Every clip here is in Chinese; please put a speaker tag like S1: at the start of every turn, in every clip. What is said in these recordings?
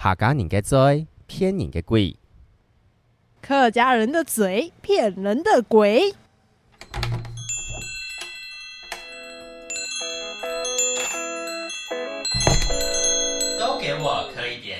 S1: 客家人嘅嘴，骗人嘅鬼。
S2: 客家人的嘴，骗人的鬼。
S3: 都给我磕一点。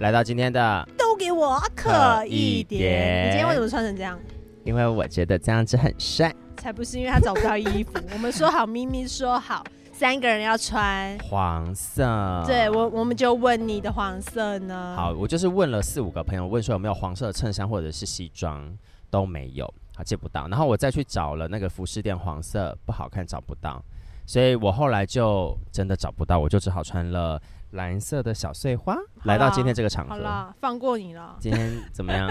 S1: 来到今天的，
S2: 都给我
S1: 可
S2: 可
S1: 一
S2: 一
S1: 点
S2: 点。你今天为什么穿成这样？
S1: 因为我觉得这样子很帅。
S2: 才不是因为他找不到衣服。我们说好，咪咪说好，三个人要穿。
S1: 黄色，
S2: 对我，我们就问你的黄色 呢？
S1: 啊嗯好，，我就是问了四五个朋友，问说有没有黄色的衬衫或者是西装，都没有，啊，借不到。然后我再去找了那个服饰店，黄色不好看，找不到，所以我后来就真的找不到，我就只好穿了蓝色的小碎花，来到今天这个场
S2: 好
S1: 合。
S2: 了，放过你了。
S1: 今天怎么样？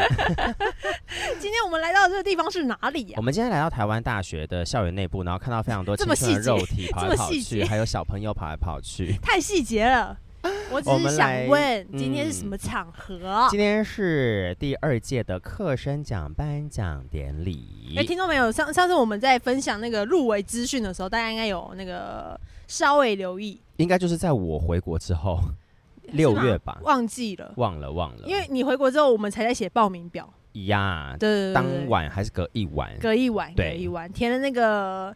S2: 今天我们来到的这个地方是哪里呀、
S1: 我们今天来到台湾大学的校园内部，然后看到非常多
S2: 这
S1: 青
S2: 么
S1: 春的
S2: 细节
S1: 肉体跑
S2: 这
S1: 来
S2: 么
S1: 跑
S2: 细
S1: 去，
S2: 节
S1: 还有小朋友跑来跑去。
S2: 太细节了。我只
S1: 我
S2: 是
S1: 们来
S2: 想问，
S1: 嗯
S2: 今天是什么场合？
S1: 今天是第二届的课生奖颁奖典礼。
S2: 哎、听众朋友，上上次我们在分享那个入围资讯的时候，大家应该有那个稍微留意，
S1: 应该就是在我回国之后，六月吧，
S2: 忘记了，
S1: 忘了忘了，
S2: 因为你回国之后，我们才在写报名表。
S1: 呀，
S2: 对对对对
S1: 当晚还是隔一晚，
S2: 隔一晚，隔
S1: 对
S2: 一晚填了那个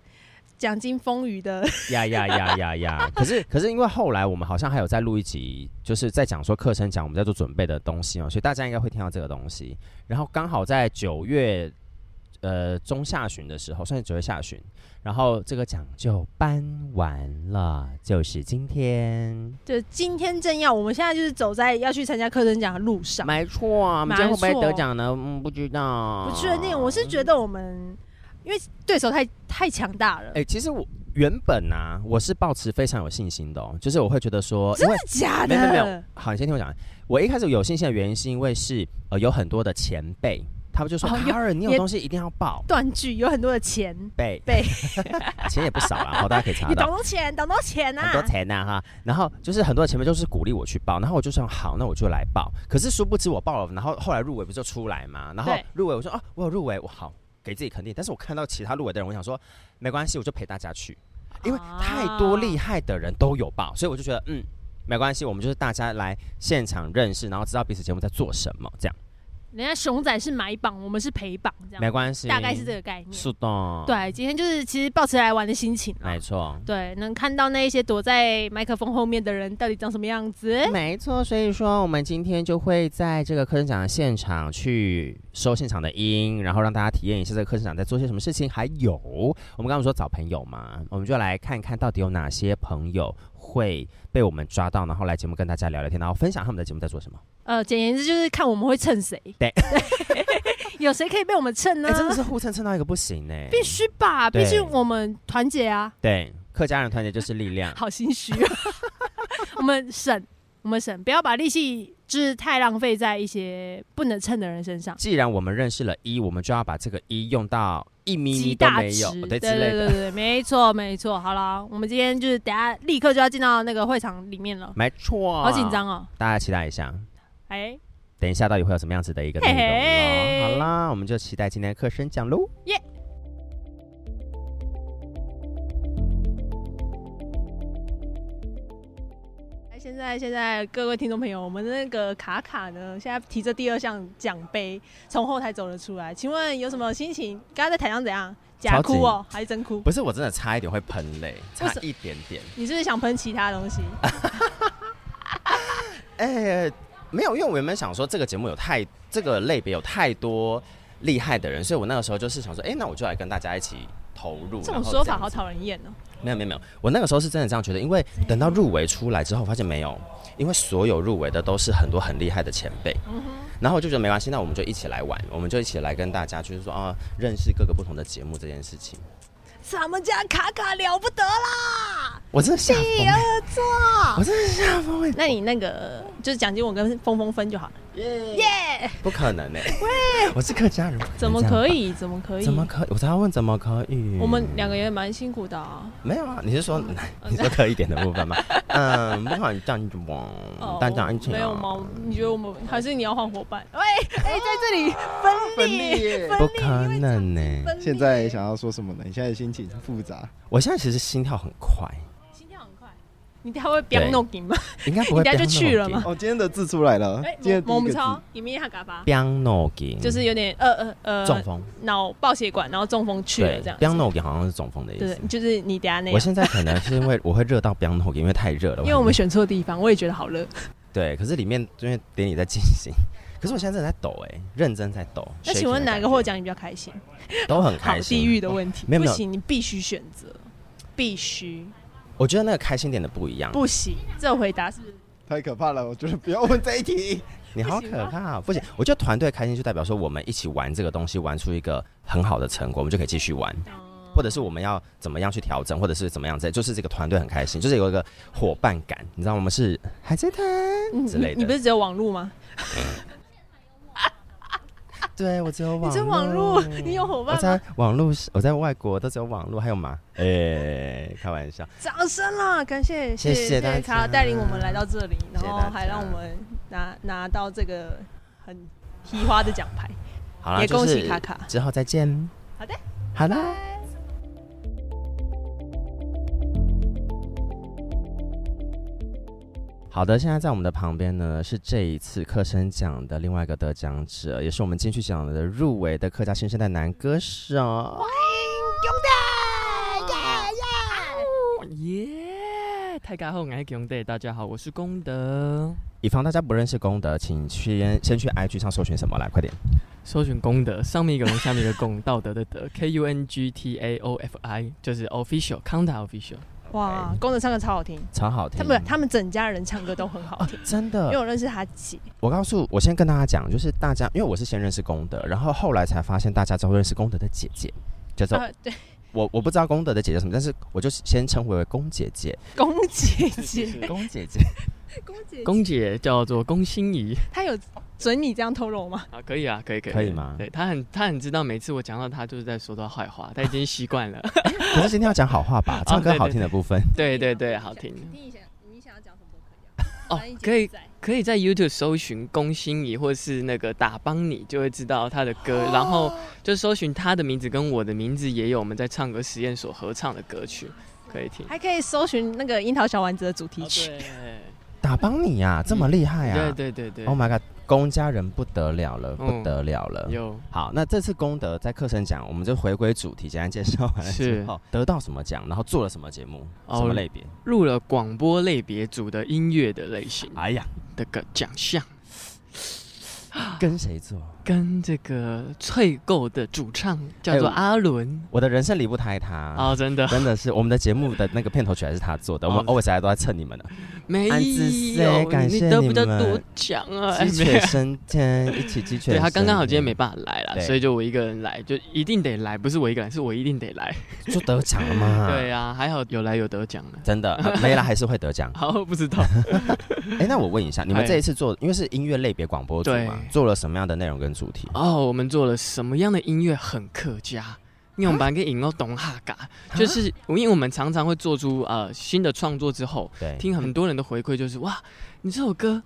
S2: 奖金风雨的，
S1: 呀呀呀呀呀！可是可是因为后来我们好像还有在录一集，就是在讲说课程讲我们在做准备的东西嘛，哦所以大家应该会听到这个东西。然后刚好在九月呃中下旬的时候，算是九月下旬，然后这个奖就颁完了，就是今天。
S2: 就今天正要，我们现在就是走在要去参加课程奖的路上，
S1: 没错，我们今天会
S2: 没
S1: 不会
S2: 错
S1: 得奖呢？嗯，不知道，
S2: 不确定，我是觉得我们因为对手太太强大了，
S1: 哎、其实我原本啊，我是抱持非常有信心的哦，就是我会觉得说，因为
S2: 是假
S1: 没
S2: 的，
S1: 有没有没有，好，你先听我讲。我一开始有信心的原因是因为是呃有很多的前辈，他们就说
S2: 哦有
S1: 卡尔，你有
S2: 也
S1: 东西一定要报
S2: 断句有很多的钱，
S1: 备，
S2: 备
S1: 钱也不少啦，好，大家可以查
S2: 你
S1: 到
S2: 懂。多钱，懂多钱
S1: 很多
S2: 啊，
S1: 钱呐、哈，然后就是很多前辈就是鼓励我去报，然后我就说好，那我就来报。可是殊不知我报了，然后后来入围不就出来嘛，然后
S2: 对
S1: 入围我说啊，我有入围，我好给自己肯定。但是我看到其他入围的人，我想说没关系，我就陪大家去，因为太多厉害的人都有报，所以我就觉得嗯。没关系，我们就是大家来现场认识，然后知道彼此节目在做什么，这样
S2: 人家熊仔是买榜，我们是陪榜，这
S1: 没
S2: 样，
S1: 关系。
S2: 大概是这个概念。
S1: 是的，，
S2: 对，今天就是其实抱持来玩的心情啊
S1: 没。错。
S2: 对，能看到那一些躲在麦克风后面的人到底长什么样子。
S1: 没错，所以说我们今天就会在这个课程奖的现场去收现场的音，然后让大家体验一下这个课程奖在做些什么事情。还有，我们刚刚说找朋友嘛，我们就来看看到底有哪些朋友会被我们抓到，然后来节目跟大家聊聊天，然后分享他们的节目在做什么。
S2: 呃，简言之就是看我们会蹭谁。
S1: 对，
S2: 有谁可以被我们蹭呢
S1: 哎、？真的是互蹭蹭到一个不行呢、
S2: 必须吧，
S1: 对
S2: 毕竟我们团结啊，。
S1: 对，客家人团结就是力量
S2: 好心虚、 啊。我们省，我们省，不要把力气就是太浪费在一些不能蹭的人身上。
S1: 既然我们认识了一，我们就要把这个一用到一米
S2: 极
S1: 米都
S2: 大
S1: 没
S2: 值
S1: 有，，对
S2: 对
S1: 之
S2: 对
S1: 类
S2: 对
S1: 的。
S2: 对，对没错没错。好了，我们今天就是等下立刻就要进到那个会场里面了，
S1: 没错，
S2: 好紧，张哦。
S1: 大家期待一下。
S2: 哎，
S1: 等一下到底会有什么样子的一个内容
S2: 嘿嘿
S1: 咯好啦，我们就期待今天的课声讲喽。
S2: 耶哎现在现在各位听众朋友，我们的那个卡卡呢，现在提着第二项奖杯从后台走了出来，请问有什么心情？刚刚在台上怎样？假哭哦，还是真哭？
S1: 不是，我真的差一点会喷泪，差一点点。
S2: 你是不是想喷其他 东西？
S1: 哎、没有，因为我原本想说这个节目有太这个类别有太多厉害的人，所以我那个时候就是想说，哎、那我就来跟大家一起投入。
S2: 这
S1: 然
S2: 种
S1: 后
S2: 说
S1: 这
S2: 法
S1: 样
S2: 好
S1: 子
S2: 讨人厌哦。
S1: 没有没有没有，我那个时候是真的这样觉得，因为等到入围出来之后，发现没有，因为所有入围的都是很多很厉害的前辈，
S2: 嗯
S1: 然后我就觉得没关系，那我们就一起来玩，我们就一起来跟大家就是说啊，认识各个不同的节目这件事情。
S2: 咱们家卡卡了不得啦，
S1: 我真的吓疯
S2: 哦
S1: 了，
S2: 座。
S1: 我真的吓疯了。
S2: 那你那个就是奖金我跟峰峰分就好了，
S1: 耶
S2: 耶、
S1: 不可能哎、喂，我是客家人，不能
S2: 怎么
S1: 哎这样吧
S2: 可？以？怎么可以？
S1: 怎么可以？我才要问怎么可以？
S2: 我们嗯两个也蛮辛苦的啊。
S1: 没有啊？你是说你说可以点的部分吗？嗯，不好意思，这样子吧
S2: 哦，
S1: 大家一起啊
S2: 没有吗？你觉得我们还是你要换伙伴？喂，哎，在这里分裂，
S4: 裂
S1: 不可能呢、
S2: 分裂
S4: 现在想要说什么呢？你现在心情复杂，
S1: 我现在其实心跳很快，
S2: 心跳很快，你等下会飙
S1: 对
S2: 弄你吗？
S1: 应该不会。
S2: 你等下就去了吗
S4: 哦，今天的字出来了
S2: 哎，，
S4: 今天
S2: 我
S4: 第一
S2: 们
S4: 个
S2: 超
S4: 字，
S2: 里面哈嘎巴，
S1: ？Biang no g
S2: 就是有点呃呃呃
S1: 中风，
S2: 脑爆血管，然后中风去了
S1: 对
S2: 这样子。
S1: ，Biang no g 好像是中风的意
S2: 对
S1: 思，。
S2: 就是你等下那
S1: 我
S2: 样，
S1: 现在可能是因为我会热到 Biang no g 因为太热了。
S2: 因为我们
S1: 很
S2: 选错地方，我也觉得好热。
S1: 对，可是里面因为典礼在进行，可是我现在正在抖哎、认真在抖。
S2: 那
S1: shaking
S2: 请问
S1: 的
S2: 哪
S1: 感
S2: 个获
S1: 觉
S2: 奖你比较开心？
S1: 都很
S2: 好
S1: 开心？
S2: 地域的问题，
S1: 没有
S2: 不
S1: 没有
S2: 行，你必须选择，必须
S1: 我觉得那个开心点的不一样。
S2: 不行。这回答是不是
S4: 太可怕了，我觉得不要问这一 题。
S1: 你
S2: 不
S1: 好
S2: 行
S1: 可
S2: 吗
S1: 怕、啊不行，我觉得团队开心就代表说我们一起玩这个东西，玩出一个很好的成果，我们就可以继续玩，
S2: 嗯
S1: 或者是我们要怎么样去调整，或者是怎么样，这就是这个团队很开心，就是有一个伙伴感，你知道我们是海贼团
S2: 嗯
S1: 之类
S2: 你你不
S1: 的。
S2: 是只有网络吗？
S1: 对我只有
S2: 你
S1: 网，
S2: 只有网络，你有伙
S1: 我
S2: 伴吗？
S1: 在网络是，我在外国都只有网络，还有吗？哎、开玩笑，
S2: 掌声啦！感谢
S1: 谢谢
S2: 谢
S1: 大家
S2: 卡带领我们来到这里，然
S1: 谢谢
S2: 后
S1: 大家
S2: 还让我们拿拿到这个很提花的奖牌。
S1: 好啦，
S2: 也
S1: 就
S2: 恭喜
S1: 是
S2: 卡卡
S1: 之后再见。
S2: 好的，
S1: 好啦。好的，现在在我们的旁边呢，是这一次课声奖的另外一个得奖者，也是我们金曲奖的入围的客家新生代男歌手。
S5: 耶大家好，我是功德，大家好，我是功德，
S1: 以防大家不认识功德，请去先去 IG 上搜寻什么来，快点。
S5: 搜寻功德，上面一个龙，下面一个共，道德的德，K U N G T A O F I，就是 official，康达 official。
S2: 哇，
S1: 哎
S2: 工人唱歌超好听，
S1: 超好听。
S2: 他们啊他们整家人唱歌都很好 听，
S1: 真
S2: 因为
S1: 的，
S2: 我认识他姐，
S1: 我告诉我先跟大家讲，就是大家，因为我是先认识功德，然后后来才发现大家都认识功德的姐姐，叫做
S2: 呃，对，
S1: 我我不知道功德的姐姐什么，但是我就先称呼为龚姐姐。
S2: 龚姐 姐，
S1: 龚姐姐，
S2: 龚姐姐，
S5: 龚姐叫做龚心怡
S2: 她有准你这样透露吗？
S5: 啊，可以啊，可以，可以，
S1: 可以吗
S5: 对她很，她很知道，每次我讲到她就是在说她坏话，她已经习惯 了。
S1: 可是今天要讲好话吧，唱歌好听的部分。
S5: 对对对，好听。
S2: 你想你想要讲什么都可以啊
S5: 哦，可以，可以在 YouTube 搜寻龚心怡，或是那个打帮你，就会知道她的歌。然后就搜寻她的名字跟我的名字，也有我们在唱歌实验所合唱的歌曲，可以听。
S2: 还可以搜寻那个《樱桃小丸子》的主题
S1: 哦
S2: 曲。
S1: 打帮你呀、这么厉害啊！
S5: 对对对对
S1: o h my god，龚家人不得了了，不
S5: 嗯
S1: 得了了。
S5: 有
S1: 好，那这次功德在课程讲，我们就回归主题，简单介绍 完了之
S5: 是
S1: 后，得到什么奖，然后做了什么节目，
S5: 哦
S1: 什么类别？
S5: 入了广播类别组的音乐的类型
S1: 哎呀，
S5: 的个奖项，
S1: 跟谁做？
S5: 哦跟这个翠购的主唱叫做
S1: 哎我
S5: 阿伦
S1: 我的人生离不开他。
S5: 哦，真的
S1: 真的是我们的节目的那个片头曲还是他做的，我们
S5: 哦
S1: always 来都在蹭你们的，
S5: 没
S1: 安之思哎
S5: 有，
S1: 感谢
S5: 得
S1: 你
S5: 不到
S1: 们
S5: 多奖啊？ 哎
S1: 鸡
S5: 没有
S1: 犬升天，一起鸡犬。
S5: 对他刚刚好今天没办法来啦，
S1: 嗯对
S5: 所以就我一个人来，就一定得来，不是我一个人，是我一定得来。
S1: 就得奖了嘛。
S5: 对啊，还好有来有得奖了。。
S1: 真的、呃没啦，还是会得奖
S5: 好，不知道。
S1: 哎、那我问一下，你们这一次做，因为是音乐类别广播组嘛
S5: 对，
S1: 做了什么样的内容跟主题？
S5: 哦，我们做了什么样的音乐很客家？用版跟引到懂哈嘎，就是
S1: 啊
S5: 因为我们常常会做出呃新的创作之后，
S1: 对，
S5: 听很多人的回馈就是哇，你这首歌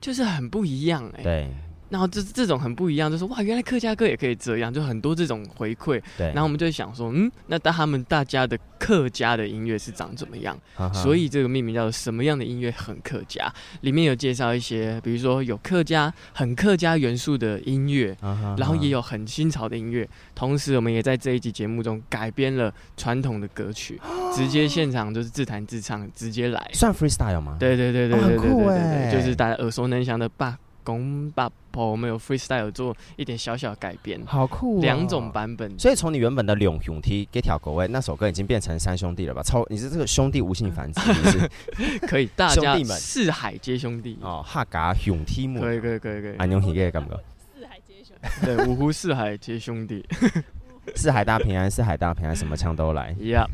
S5: 就是很不一样哎、
S1: 对
S5: 然后这这种很不一样，就是哇，原来客家歌也可以这样，就很多这种回馈。
S1: 对。
S5: 然后我们就会想说，嗯，那他们大家的客家的音乐是长怎么样？
S1: 啊哈哈
S5: 所以这个命名叫做什么样的音乐很客家？里面有介绍一些，比如说有客家很客家元素的音乐，
S1: 啊哈
S5: 然后也
S1: 有
S5: 有很新潮的音乐。同时，我们也在这一集节目中改编了传统的歌曲，
S1: 啊
S5: 直接现场就是自弹自唱，直接来。
S1: 算 freestyle 吗？，
S5: 对对对对
S1: 哦很
S5: 对对对
S1: 酷
S5: 对
S1: 欸
S5: 对，就是大家耳熟能详的爸公爸婆，我们有 freestyle 做一点小小改编，
S1: 好酷、哦
S5: 两种。版本。
S1: 所以从你原本的《两雄踢给条狗位》那首歌，已经变成三兄弟了吧？超，你是这个兄弟无性繁 殖，你是
S5: 可以，大
S1: 兄
S5: 家
S1: 弟们
S5: 四海皆兄弟。
S1: 哦，哈嘎雄踢木，哎
S5: 可以可以可以可以，
S1: 安永体的感觉。
S2: 四海皆 雄，
S5: 对，五湖四海皆 兄弟。
S1: 四海大平安，四海大平安，什么枪都来。
S5: 一样。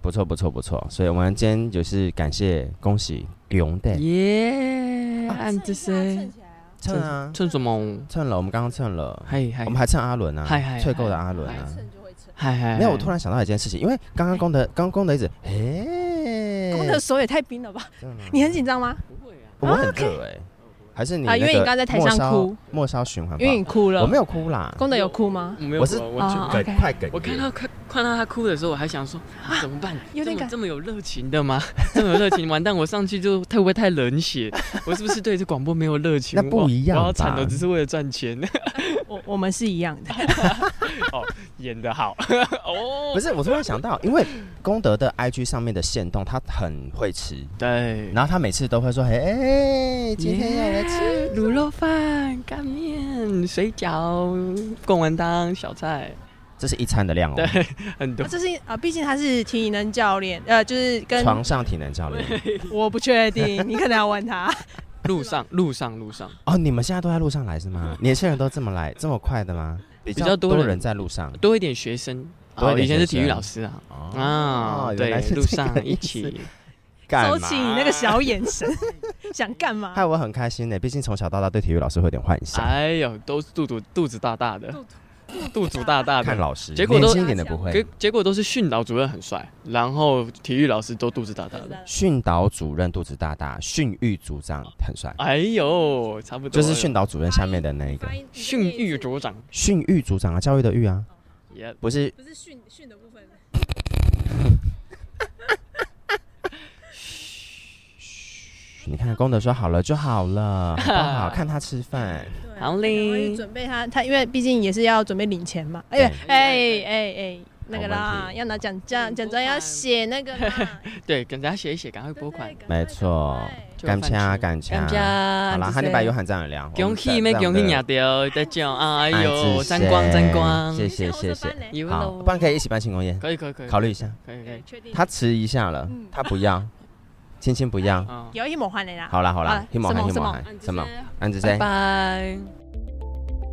S1: 不错不错不错，所以我们今天就是感谢恭喜勇的
S5: 耶，按这
S2: 这
S5: 些
S2: 起来啊！
S1: 蹭啊，
S5: 趁什么？
S1: 蹭了，我们刚刚蹭了，
S5: 嗨嗨
S1: 我们还蹭阿伦啊
S5: 嗨嗨，
S1: 退购的阿伦
S2: 爱
S1: 啊。
S2: 蹭就会蹭。
S5: 嗨嗨，
S1: 没有，我突然想到一件事情，因为刚刚功德，刚刚功德一直，哎，
S2: 公的手也太冰了吧？
S1: 真的吗
S2: 你很紧张吗？
S5: 不会啊，
S1: 我很热哎，还是你
S2: 哦啊因
S1: 那
S2: 为
S1: 个
S2: 你刚在台上
S1: 末梢
S2: 哭，
S1: 末梢循环吧，
S2: 因为你哭
S1: 嗯
S2: 了。
S1: 我没有哭啦，
S2: 公的有哭吗？
S5: 我没有，
S1: 我是
S5: 我
S2: 啊
S5: 就
S2: 啊
S1: 梗
S2: OK
S1: 快梗，
S5: 我看到看看到他哭的时候，我还想说、啊、怎么办？
S2: 有点
S5: 这么
S2: 感
S5: 这么有热情的吗？ 这么有热情，完蛋！我上去就会不会太 冷血？我是不是对这广播没有热情？
S1: 那不一样吧
S5: 我我要惨的只是为了赚钱。
S2: 我我们是一样 的。
S5: 哦，演的好哦
S1: 不，是，我突然想到，因为功德的 IG 上面的线动，他很会吃，
S5: 对，
S1: 然后他每次都会说，嘿，今天要来
S2: 嗯
S1: 吃。
S5: 卤肉饭、干面、水饺、贡丸汤、小菜，
S1: 这是一餐的量哦，
S5: 对，很多
S2: 啊、。这是啊，毕竟他是体能教练，呃，就是跟
S1: 床上体能教练
S2: 我不确定，你可能要问他。
S5: 路上，路上，路上，
S1: 哦，你们现在都在路上来是 吗？年轻人都这么来这么快的吗？比
S5: 较
S1: 较
S5: 多人
S1: 人在路上
S5: 多一点学生。
S1: 多一
S5: 哦，
S1: 点
S5: 以前是
S1: 学
S5: 体育
S1: 生
S5: 老师啊。
S1: 哦
S5: 啊，
S1: 原来
S5: 对，
S1: 是
S5: 路
S1: 这个
S5: 上一
S1: 意思
S5: 起。
S1: 干
S2: 收
S1: 嘛
S2: 起你那个小眼神， 想干嘛？
S1: 害我很开心呢，毕竟从小到大对体育老师会有点幻
S2: 啊
S1: 想，
S5: 哎呦，都是肚肚肚子大大的，肚子大大
S1: 看
S5: 的。
S1: 老师，
S5: 结果都
S1: 年轻一点的不
S5: 结
S1: 会。
S5: 结果都是训导主任很帅，然后体育老师都肚子大大的。
S1: 训导主任肚子大大，训育组长很帅，
S5: 哎呦，差不多
S1: 就
S5: 了。
S1: 是训导主任下面的那一个
S5: 训育组长，
S1: 训育组长啊，教育的育
S5: 哦
S1: 啊，
S5: 也
S1: 不是
S2: 不是训训的部分，
S1: 你看功德说好了就好了，好不 好？看他吃饭，
S2: 对
S5: 好
S2: 我
S5: 嘞
S2: 去。准备他，他因为毕竟也是要准备领钱嘛。哎
S1: 对
S2: 呀，哎哎哎，那个
S1: 好
S2: 啦
S1: 问，题
S2: 要拿奖奖奖状，要写那个啦，
S5: 对，给大家写一写，赶快拨款
S2: 对。对
S1: 没错
S5: 就有
S1: 感
S5: 饭
S1: 谢啊，
S5: 吃
S1: 感谢
S5: 感谢
S1: 啊。好啦，
S5: 这
S1: 哈尼
S5: 些
S1: 拜有喊赞很凉，
S5: 恭喜
S1: 어,
S5: 咩？恭喜你掉，再见啊！哎呦，
S1: 三
S5: 沾光沾光，
S1: 谢谢谢谢。
S2: 谢
S5: 有
S1: 好，
S5: 喽
S1: 不然可以一起办庆功宴，
S5: 可以可以可以，
S1: 考虑一下。
S5: 可以可以。
S2: 确定
S1: 他迟一下了
S2: 嗯，
S1: 他不要，青青不 要。
S5: 嗯，
S2: 有一抹换的啦。
S1: 好啦好
S2: 好
S1: 啦
S2: 啦，
S1: 黑毛
S2: 什
S1: 还
S2: 么
S1: 黑毛
S2: 什
S1: 还什么？安子
S5: 拜
S1: 谁？
S5: 拜。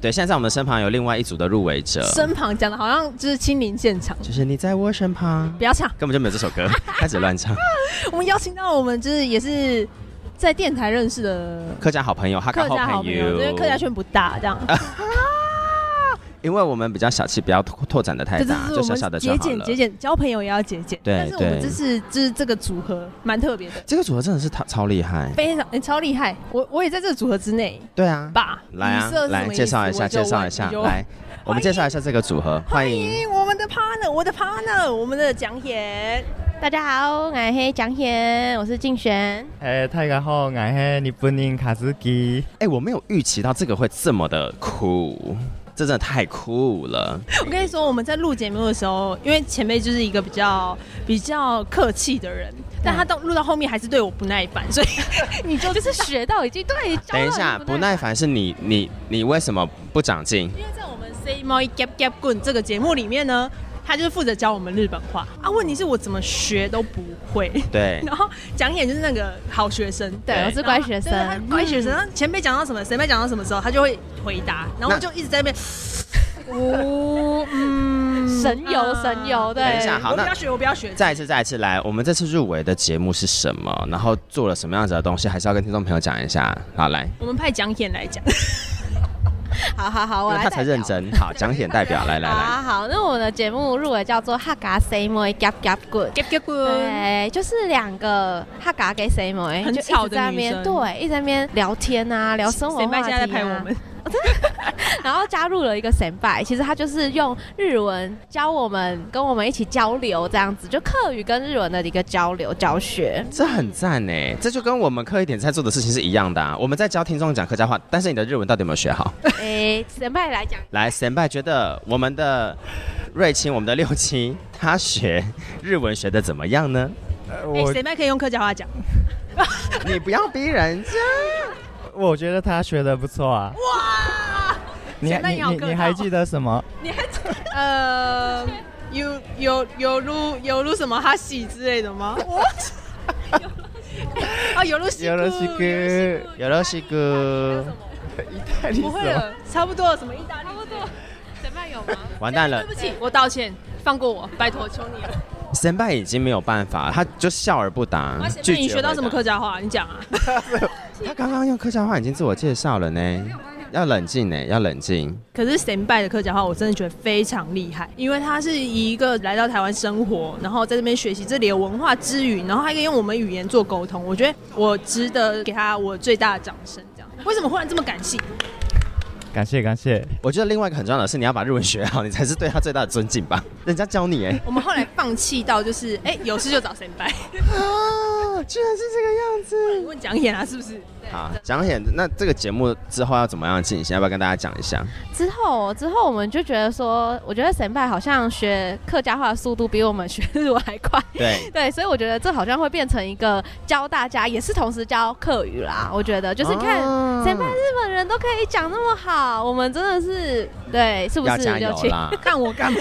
S1: 对，现在在我们身旁有另外一组的入围者，
S2: 身旁讲的好像就是亲临现场，
S1: 就是你在我身旁
S2: 不，要唱。
S1: 根本就没有这首歌，开始乱唱。
S2: 我们邀请到我们就是也是在电台认识的
S1: 客家好朋友，哈哎
S2: 客
S1: 嘎
S2: 家好朋友，因为客家圈不大，这样。
S1: 因为我们比较小气，不要拓拓展的太
S2: 这就
S1: 大，
S2: 是
S1: 就
S2: 我
S1: 小小的
S2: 们
S1: 就
S2: 节
S1: 好
S2: 俭
S1: 了
S2: 节。俭，交朋友也要节俭。
S1: 对
S2: 但是我们
S1: 对
S2: 这是就是这个组合蛮特别的，
S1: 这个组合真的是超超厉害，
S2: 非常、诶超厉害。我我也在这个组合之内
S1: 对啊，
S2: 吧？
S1: 来啊
S2: 语塞是，什
S1: 来
S2: 么意
S1: 介绍
S2: 思
S1: 一下，
S2: 我就
S1: 介绍
S2: 问
S1: 一下，
S2: 你就
S1: 来，我们介绍一下这个组合，欢迎。
S2: 我们的 partner，我的 partner，我们的蒋贤。
S6: 大家好，我是蒋贤，我是静璇。
S7: 哎，大家好，我是日本人卡兹基。
S1: 哎，我没有预期到这个会这么的酷，这真的太酷了。
S2: 我跟你说，我们在录节目的时候，因为前辈就是一个比较比较客气的人，但他到录到后面还是对我不耐 烦，所以你就
S6: 就是学到已经对，教到
S1: 等一下，
S6: 已经
S1: 不耐烦是你你你为什么不长进？
S2: 因为在我们 Say My Gap Gap 棍这个节目里面呢，他就是负责教我们日本话啊。问题是我怎么学都不会。
S1: 对，
S2: 然后讲演就是那个好学生，
S6: 对， 我是乖学生嗯
S2: 对他，乖学生。然后前辈讲到什么，前辈讲到什么时候，他就会回答，然后我就一直在那边，呜、嗯，
S6: 神游
S2: 啊
S6: 神游对
S1: 等一下好
S2: 我
S1: 那
S2: 不要学，我不要学。
S1: 再一次，再一次来，我们这次入围的节目是什么？然后做了什么样子的东西，还是要跟听众朋友讲一下。好，来，
S2: 我们派讲演 来讲，
S6: 好好好，
S1: 因
S6: 我
S1: 为
S6: 来
S1: 他才
S6: 代表
S1: 认。真。 好，讲演代表，来来
S6: 好
S1: 来，
S6: 啊好，那我的节目入围叫做《哈嘎 Say Moi Gap Gap Good》。
S2: gap gap 棍，
S6: 对，就是两个哈嘎给 Say Moi，
S2: 很
S6: 就一直
S2: 吵的
S6: 在那
S2: 女
S6: 边
S2: 生
S6: 对，一直在那边聊天啊，聊生活
S2: 前
S6: 话
S2: 辈
S6: 题
S2: 现
S6: 啊。
S2: 在在拍我们，
S6: 然后加入了一个神拜，其实他就是用日文教我们，跟我们一起交流这样子，就课语跟日文的一个交流教 学。
S1: 这很赞呢，这就跟我们刻一点在做的事情是一样的、啊。我们在教听众讲客家话，但是你的日文到底有没有学好？
S6: 诶，神拜来讲，
S1: 来，神拜觉得我们的瑞清，我们的六七，他学日文学的怎么样呢？
S7: 呃
S2: 哎，
S7: 我
S2: 前辈可以用客家话讲，
S1: 你不要逼人家。
S7: 我觉得他学的不错啊。你
S2: 显得
S7: 还
S2: 你
S7: 你
S2: 好
S7: 你
S2: 客
S7: 你还
S2: 套
S7: 记得什么？
S2: 呃，有有有录有录什么哈喜之类的 吗？我 啊，有录西
S7: 有录西
S2: 有
S7: 哥
S1: 有了西哥，
S7: 意大利
S2: 不会了，差不多了，什么意大利，差不多。
S6: 神拜有吗？
S1: 完蛋了
S2: 对，不起，我道歉，放过我，拜托，求你了。
S1: 神拜已经没有办法，他就笑而不答
S2: 哇，。那
S1: 拒绝
S2: 你学到
S1: 回
S2: 什么
S1: 答
S2: 客家话？你讲啊。
S1: 他刚刚用客家话已经自我介绍了呢，要冷静呢，要冷静。
S2: 可是神拜的客家话，我真的觉得非常厉害，因为他是以一个来到台湾生活，然后在这边学习这里的文化之余，然后还可以用我们语言做沟通，我觉得我值得给他我最大的掌声。这样，为什么忽然这么感性？
S7: 感谢感谢，
S1: 我觉得另外一个很重要的是，你要把日文学好，你才是对他最大的尊敬吧。 人家教你哎，
S2: 我们后来放弃到就是，哎、有事就找神 拜。
S1: 啊，居然是这个样
S2: 问讲演啊，是不是？
S1: 子。好，讲解那这个节目之后要怎么样进行？要不要跟大家讲一下？
S6: 之后之后我们就觉得说，我觉得神拜好像学客家话的速度比我们学日文还快，
S1: 对，
S6: 对，所以我觉得这好像会变成一个教大家，也是同时教客语啦。我觉得 就是你看，
S1: 啊
S6: 神拜日本人都可以讲那么好，我们真的是对，是不
S1: 要
S6: 是
S1: 加
S6: 有
S1: 油
S6: 请？
S1: 啦！
S2: 看我干嘛？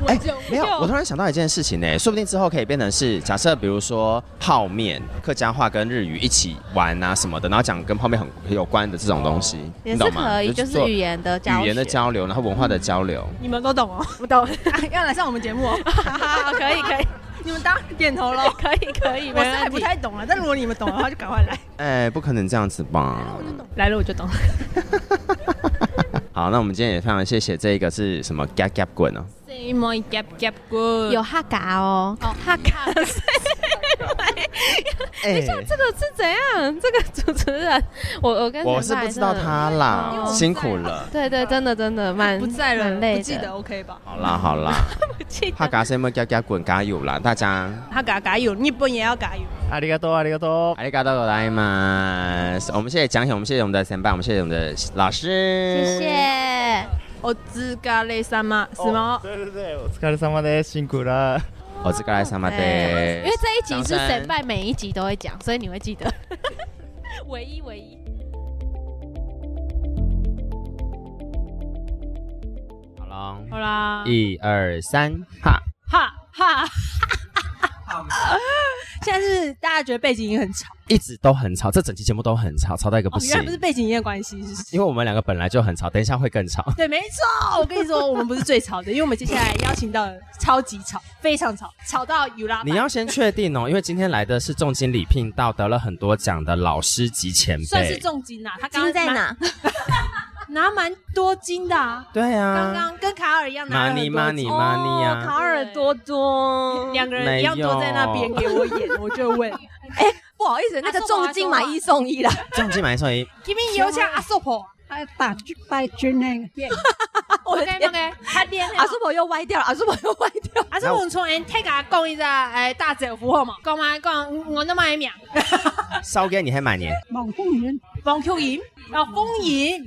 S2: 我
S1: 哎
S2: 就、
S1: 没有，我突然想到一件事情呢，说不定之后可以变成是，假设比如说泡面，客家话跟日语一起玩啊什么的，然后讲跟泡面很很有关的这种东西，
S6: 哦也是
S1: 你懂吗？
S6: 可以，就是
S1: 做
S6: 语言的嗯教
S1: 语言 的
S6: 学
S1: 交流，然后文化的交流。
S2: 你们都懂哦，
S6: 不懂，
S2: 要来上我们节目哦。
S6: 可以可以
S2: 你们当然点头喽。
S6: 可以可以，没
S2: 我是还
S6: 问
S2: 不
S6: 题。
S2: 太懂啊，但如果你们懂的话，就赶快来。
S1: 哎，不可能这样子吧？
S2: 来了我就懂。
S1: 好，那我们今天也非常谢谢这一个是什么 gap gap 滚哦，
S2: Say my gap gap good。
S6: 有哈嘎哦，
S2: 哦
S6: 哈嘎，
S1: 哎，
S6: 这个是怎样？这个主持人，我我跟陈
S1: 我是
S6: 爸
S1: 不
S6: 也
S1: 知道
S6: 很因
S1: 他
S6: 为我
S1: 啦，
S6: 们
S1: 辛苦了。
S6: 对对，真的真的蛮
S2: 不在了，
S6: 蛮累
S2: 不
S6: 的。
S2: 记得 OK 吧？
S1: 好啦好 啦，
S6: 记得
S1: 怕嘎什么 gap gap 滚加油啦，大家
S2: 他嘎嘎有，日本也要嘎有。
S7: 阿里嘎多阿里嘎多，
S1: 阿里嘎多ございます。我们谢谢蒋勇，我们谢谢我们的前辈，我们谢谢我们的老师，
S6: 谢。谢。
S2: 我知嘎嘞什么什么？
S7: 对对对，お疲れ様です，辛苦了。
S1: 我是格莱萨马德，
S6: 对
S2: 哎
S6: 因为这一集
S1: 掌
S6: 是
S1: 声
S6: 神拜，每一集都会讲，所以你会记得。唯一唯一。
S1: 好了，
S2: 好啦，
S1: 一二三，哈。
S2: 哈 哈。现在是大家觉得背景音很吵，
S1: 一直都很吵，这整期节目都很吵，吵到一个不
S2: 哦，
S1: 行。
S2: 原来不是背景音的关系，是不是？
S1: 因为我们两个本来就很吵，等一下会更吵。
S2: 对，没错，我跟你说，我们不是最吵的，因为我们接下来邀请到了超级吵，非常吵，吵到有拉。
S1: 你要先确定哦，因为今天来的是重金礼聘到得了很多奖的老师级前辈，
S2: 算是重金啦，他刚刚拿？？拿蛮多金的、啊，
S1: 对
S2: 刚
S1: 啊
S2: 刚跟卡尔一样拿了很多
S1: ，money
S2: 金
S1: money money
S2: 哦
S1: 啊，
S2: 卡尔多多，两个人一样坐在那边给我演，我就 问，哎、
S8: 不好意思，那个重金买
S2: 啊
S8: 一送一啦。
S1: 重金买一送一，
S2: 给你有请阿寿婆，
S9: 还打去拜军那个店，
S2: 我的天，他爹
S8: 阿
S2: 阿
S8: 叔
S2: 寿
S8: 婆又歪掉了，阿叔婆又歪掉了。
S2: 阿寿婆从 N 太甲讲一个哎大姐夫好嘛，讲嘛讲我那么 爱名，
S1: 烧给你还买年，
S9: 猛凤云
S2: 王秋莹啊风吟，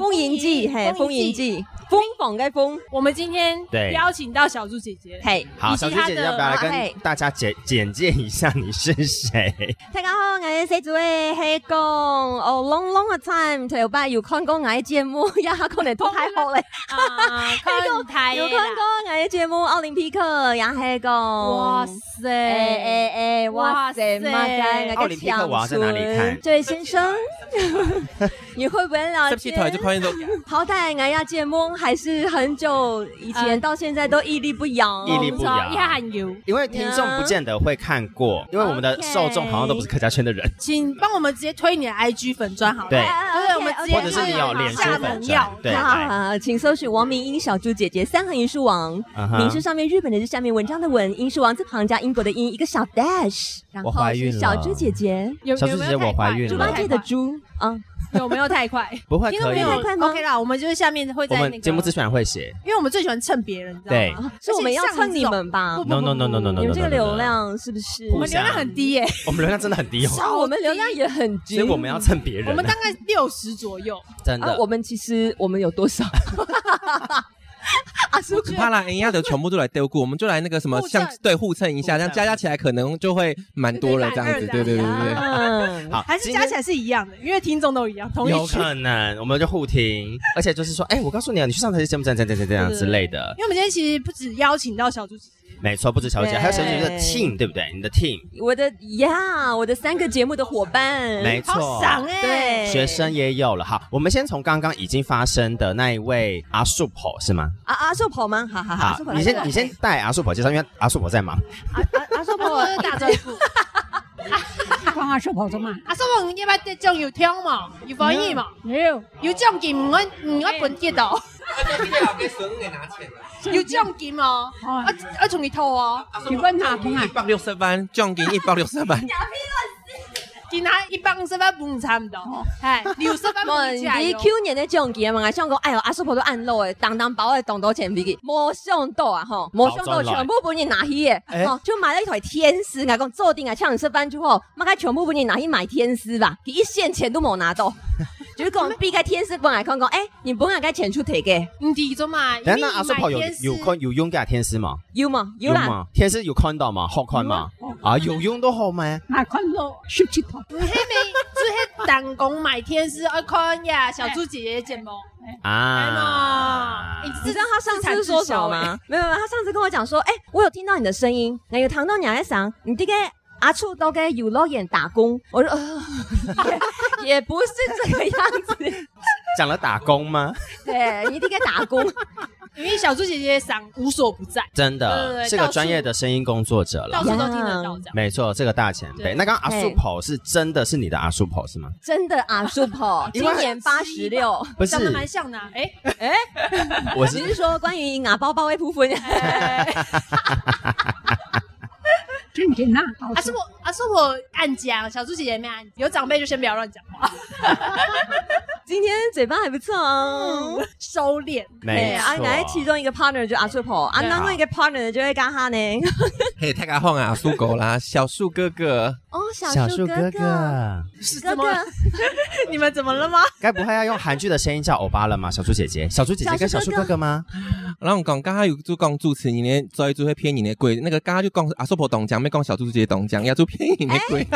S8: 风吟记，嘿，风吟。记，风风该风，
S2: 我们今天
S1: 对
S2: 邀请到小猪姐姐，
S8: 嘿，
S1: 好，
S2: 以
S1: 小
S2: 及他
S1: 猪
S2: 的
S1: 姐姐要不要来
S8: 啊嘿
S1: 跟大家简简介一下你是谁？
S8: 大家好，我是谁主诶，嘿讲哦，long long a time，头摆有看过我的节目， 呀，可能都太好嘞，
S2: 啊，看台
S8: 有
S2: 的
S8: 看过
S2: 啦，
S8: 我的节目奥林匹克，呀，嘿讲，
S2: 哇
S8: 哎哎
S2: 塞，
S8: 哎，哇塞，
S2: 哇塞
S8: 妈该那个
S1: 奥林匹克我要在哪里看
S8: 香醇这位 先生， 你会不会聊天？好歹人家节目还是很久以前到现在都屹立不摇，
S1: 呃屹立不摇
S2: 一下很油。
S1: 因为听众不见得会看过，因为我们的
S8: OK
S1: 受众好像都不是客家圈的人。
S2: 请帮我们直接推你的 IG 粉砖好了。
S1: 对
S8: 哎
S2: 就是我们直接
S1: 或者是你有脸书
S2: 下猛
S1: 粉
S2: 药
S1: 专，对，哎来
S8: 啊，请搜寻王明英小猪姐姐三横一竖王，
S1: 嗯
S8: 明
S1: 哼
S8: 是上面日本的是下面文章的文，英是王字旁加英国的英，一个小 dash，然
S1: 我怀
S8: 后
S1: 孕
S8: 是
S1: 了
S8: 小猪姐姐，
S2: 有
S1: 小猪姐姐
S2: 有没有
S1: 我怀孕了
S8: 猪
S2: 太
S8: 八
S2: 快
S8: 戒的猪啊，
S2: 有没有太快？
S1: 不会
S2: 听众
S1: 可
S2: 朋
S1: 以，
S2: 友
S8: 太快吗
S2: OK 啦，我们就是下面会
S1: 我
S2: 在那
S1: 们
S2: 个
S1: 节目资讯栏会写。
S2: 因为我们最喜欢蹭别人，你知
S1: 对
S2: 道 吗？
S8: 所以我们要蹭你们吧
S2: 不。不
S1: No no no no no no，
S8: 你们这个
S1: no, no, no, no.
S8: 流量是不是？
S2: 我们流量很低耶，
S1: 我们流量真的很低哦，
S8: 啊我们流量也很低，
S1: 所以我们要蹭别人啊。
S2: 我们大概六十左右，
S1: 真
S8: 啊
S1: 的，，
S8: 我们其实我们有多少？
S10: 不可怕啦，人家的全部都来丢过，我们就来那个什么
S2: 互
S10: 相
S2: 赠
S10: 对互蹭一下，这样加加起来可能就会蛮多了这样子，
S2: 对对
S10: 对对对对。对
S8: 嗯，
S1: 好，
S2: 还是
S1: 今
S2: 加
S1: 天
S2: 起来是一样的，因为听众都一样，同一
S1: 有
S2: 群。
S1: 可能，我们就互听，而且就是说，哎、我告诉你啊，你去上台是这么这样这样这样这样这样之类的。
S2: 因为我们今天其实不止邀请到小猪姐姐，
S1: 没错，不止小姐，
S8: 对
S1: 还有小姐的 team，对不对？你的 team，
S8: 我的呀，我的三个节目的伙伴，
S1: 没错好爽
S8: 对，
S1: 学生也有了。好，我们先从刚刚已经发生的那一位阿树婆是吗？
S8: 啊阿寿跑吗？好好
S2: 啊
S8: 好，阿
S1: 好
S8: 寿，跑
S1: 你
S8: 来
S1: 先你先带阿树婆介绍，因为阿树婆在忙。
S9: 阿叔婆打招 呼。讲阿叔婆做嘛？
S2: 啊，所以我一般这种有听嘛，有翻译嘛，
S9: 有
S2: 有奖金唔按唔按本跌倒，
S10: 给神给拿钱了。
S2: 有奖金嘛，啊
S8: 哦
S2: 啊从你偷啊，
S9: 你问他不
S10: 一百六十万，奖金一百六十万。
S2: 今他一百五十万不差唔多，哎，六十万
S8: 问
S2: 不起来
S8: 你
S2: 哟。
S8: 哦 Q 年的奖金嘛，想讲哎呦，阿叔婆都按漏诶，当当包诶，当多钱俾佢，冇想到啊吼，冇想到全部本人拿去诶，
S11: 哎
S8: 吼就买了一台天狮，我讲做定啊，抢吃饭之后，妈该全部本人拿去买天狮吧，佢一线钱都冇拿到，就是讲避开天狮本来讲讲，哎，你本来该钱出提嘅，
S2: 唔知做嘛，
S1: 等一下，那阿树婆有有
S2: 看
S1: 空有用给天师吗？
S8: 有嘛有啦，
S1: 吗？天师有看到吗？好看吗？啊，有用都好吗？
S9: 买看到十七套，
S2: 唔系咪就是当工买天师爱看呀，小猪姐姐的节目，哎
S1: 啊，
S8: 你知道他上次说什么
S10: 欸
S8: 吗？ 没有没有，他上次跟我讲说，哎、我有听到你的声音，那个糖豆你还在想，你这个阿处都该有老眼打工。我说、呃、 也也不是这个样子，
S1: 讲了打工吗？
S8: 对你这个打工，
S2: 因为小猪姐姐嗓无所不在，
S1: 真
S2: 对对
S1: 的
S2: 对
S1: 是个专业的声音工作者
S2: 到
S1: 了
S2: 处。都听得到这样。
S1: 没错，这个大前
S2: 对
S1: 辈。那刚刚阿树婆是真的是你的阿树婆是吗？
S8: 真的阿处 跑，今
S2: 因为
S8: 年八十六，
S1: 不是
S2: 长得蛮像的啊，哎
S8: 哎，
S1: 我是
S8: 你是说关于阿包包的部分？
S9: 真的那
S2: 啊是我啊是我按讲，小猪姐姐没按，有长辈就先不要乱讲 话，
S8: 今天嘴巴还不错哦，
S2: 收敛。哎
S8: 对
S10: 嗯没
S8: 啊，
S10: 错
S8: 来其中一个 partner 就阿处跑，啊，
S10: 对
S8: 另外一个 partner 就会干哈呢？
S10: 嘿，太敢晃啊，树狗啦，小树哥哥。
S8: 哦，小
S1: 树
S8: 哥
S1: 哥，
S8: 是哥哥，
S2: 你们怎么了吗？
S1: 该不会要用韩剧的声音叫欧巴了吗？小猪姐姐，小猪姐姐跟小树哥哥吗？
S10: 然后我讲，刚刚有做讲主持人的，所以就会骗人的鬼。那个刚刚就讲阿叔婆懂讲，没讲小猪姐懂讲，要做骗人的鬼。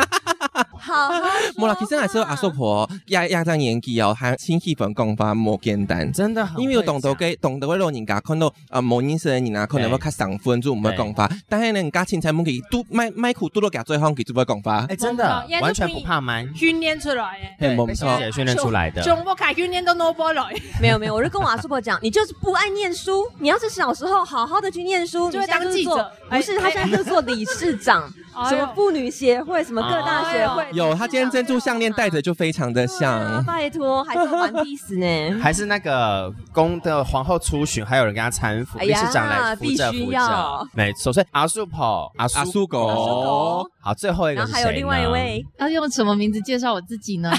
S8: 好，
S10: 莫啦，其实还是阿叔婆亚亚张演技哦，还新戏粉讲法冇简单，
S1: 真的，
S10: 因为有懂得给懂得会让人家看到啊，某认识的人啊，可能会较上分，就唔会讲法。但系呢，人家青菜们给都麦麦苦都到给最后，给就不会讲法。
S1: 哎，真的完全不怕蛮，
S2: 训练出来哎，
S1: 对，
S10: 没
S1: 被
S10: 错
S1: 小姐训练出来的。
S2: 全部卡训练都 no 哎 b o y
S8: 没有没有，我就跟我阿叔婆讲，你 就是不爱念书。你要是小时候好好的去念书，
S2: 就会
S8: 你现在
S2: 当
S8: 是
S2: 记者
S8: 做不是，他现在就做理事 长，
S2: 哎
S8: 什
S2: 呦
S8: 么妇女协会，什么各大协会，
S10: 有，他今天珍珠项链戴着就非常的像。
S12: 啊
S8: 拜托，还是玩必死 呢。
S1: 还是那个宫的皇后出巡，还有人跟她搀扶，
S8: 哎
S1: 理
S8: 呀
S1: 事长来扶着
S8: 必须
S1: 扶
S8: 要
S1: 着，没错。所以阿树跑，阿
S10: 阿
S1: 树
S10: 树狗阿树
S8: 哦
S10: 狗，
S1: 好，最后一个是谁呢，
S12: 要用什么名字介绍我自己呢？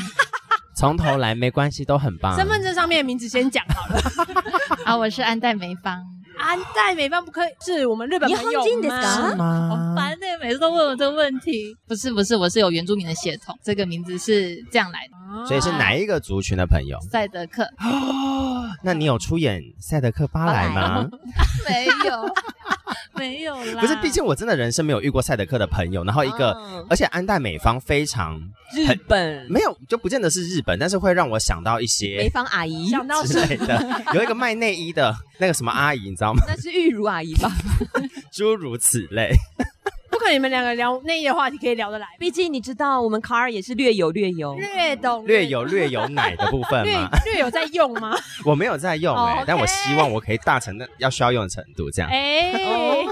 S1: 从头来没关系，都很棒。
S2: 身份证上面的名字先讲好 了。
S12: 啊，我是安代梅芳。
S2: 安代美方不可以是我们日本朋友吗？欸
S12: 好烦哦呢、每次都问我这个问题。不是不是，我是有原住民的血统，这个名字是这样来
S2: 啊
S12: 的。
S1: 所以是哪一个族群的朋友？
S12: 赛德克
S1: 那你有出演《赛德克巴莱》吗？
S2: 哦
S12: 没有没有啦，
S1: 不是，毕竟我真的人生没有遇过赛德克的朋友。然后一个，
S2: 嗯
S1: 而且安代美方非常
S8: 嗯日本，
S1: 没有就不见得是日本，但是会让我想到一些
S8: 梅芳阿姨想
S2: 到
S1: 之类的。 有一个卖内衣的那个什么阿姨，你知道吗？
S8: 那是玉如阿姨吧？
S1: 诸如此类。
S2: 不可能，你们两个聊那页话题可以聊得来，
S8: 毕竟你知道我们卡尔也是略有略有，
S2: 略懂
S1: 哦略有略有奶的部分
S2: 略
S1: 嘛，
S2: 略有在用 吗？
S1: 我没有在用
S2: 哦
S1: 哎、
S2: ，OK
S1: 但我希望我可以大成的要需要用的程度这样。
S2: 哎，
S1: 哦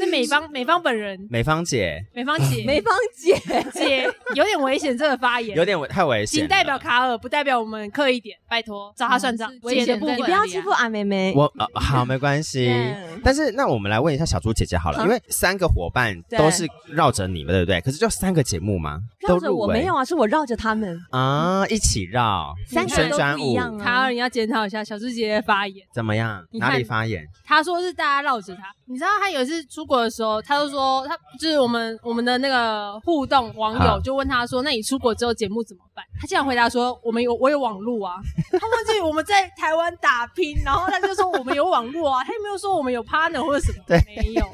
S2: 是美方美方本人，
S1: 美芳姐
S2: 美方 姐，美
S8: 方 姐
S2: 姐有点危险，这个发言
S1: 有点危太危险
S2: 仅
S1: 了，
S2: 代表卡尔，不代表我们刻一点，拜托找他算账，危
S8: 姐
S2: 险
S8: 姐
S2: 的部
S8: 不，
S2: 分
S8: 你不要欺
S2: 啊
S8: 负阿妹妹。
S1: 我呃好没关 系，但是那我们来问一下小猪姐姐好了，
S8: 好
S1: 因为三个伙伴
S8: 对
S1: 都是绕着你们，对不对？可是就三个节目嘛，
S8: 绕
S1: 都
S8: 着
S1: 入
S8: 我
S1: 围
S8: 没有啊，是我绕着他们。
S1: 啊，一起绕
S8: 三个人
S1: 旋
S8: 都
S1: 转
S8: 不一
S1: 舞
S8: 样啊
S2: 卡尔，你要检讨一下小猪姐姐的发言。
S1: 怎么样？
S2: 你看
S1: 哪里发炎？
S2: 他说是大家绕着他，嗯你知道他有一次出国的时候，他就说他就是我们我们的那个互动网友
S1: 啊
S2: 就问他说，那你出国之后节目怎么办？他竟然回答说，我们有我有网路啊， 他忘记我们在台湾打拼，然后他就说我们有网路啊，他也没有说我们有 partner 或者什么，没有，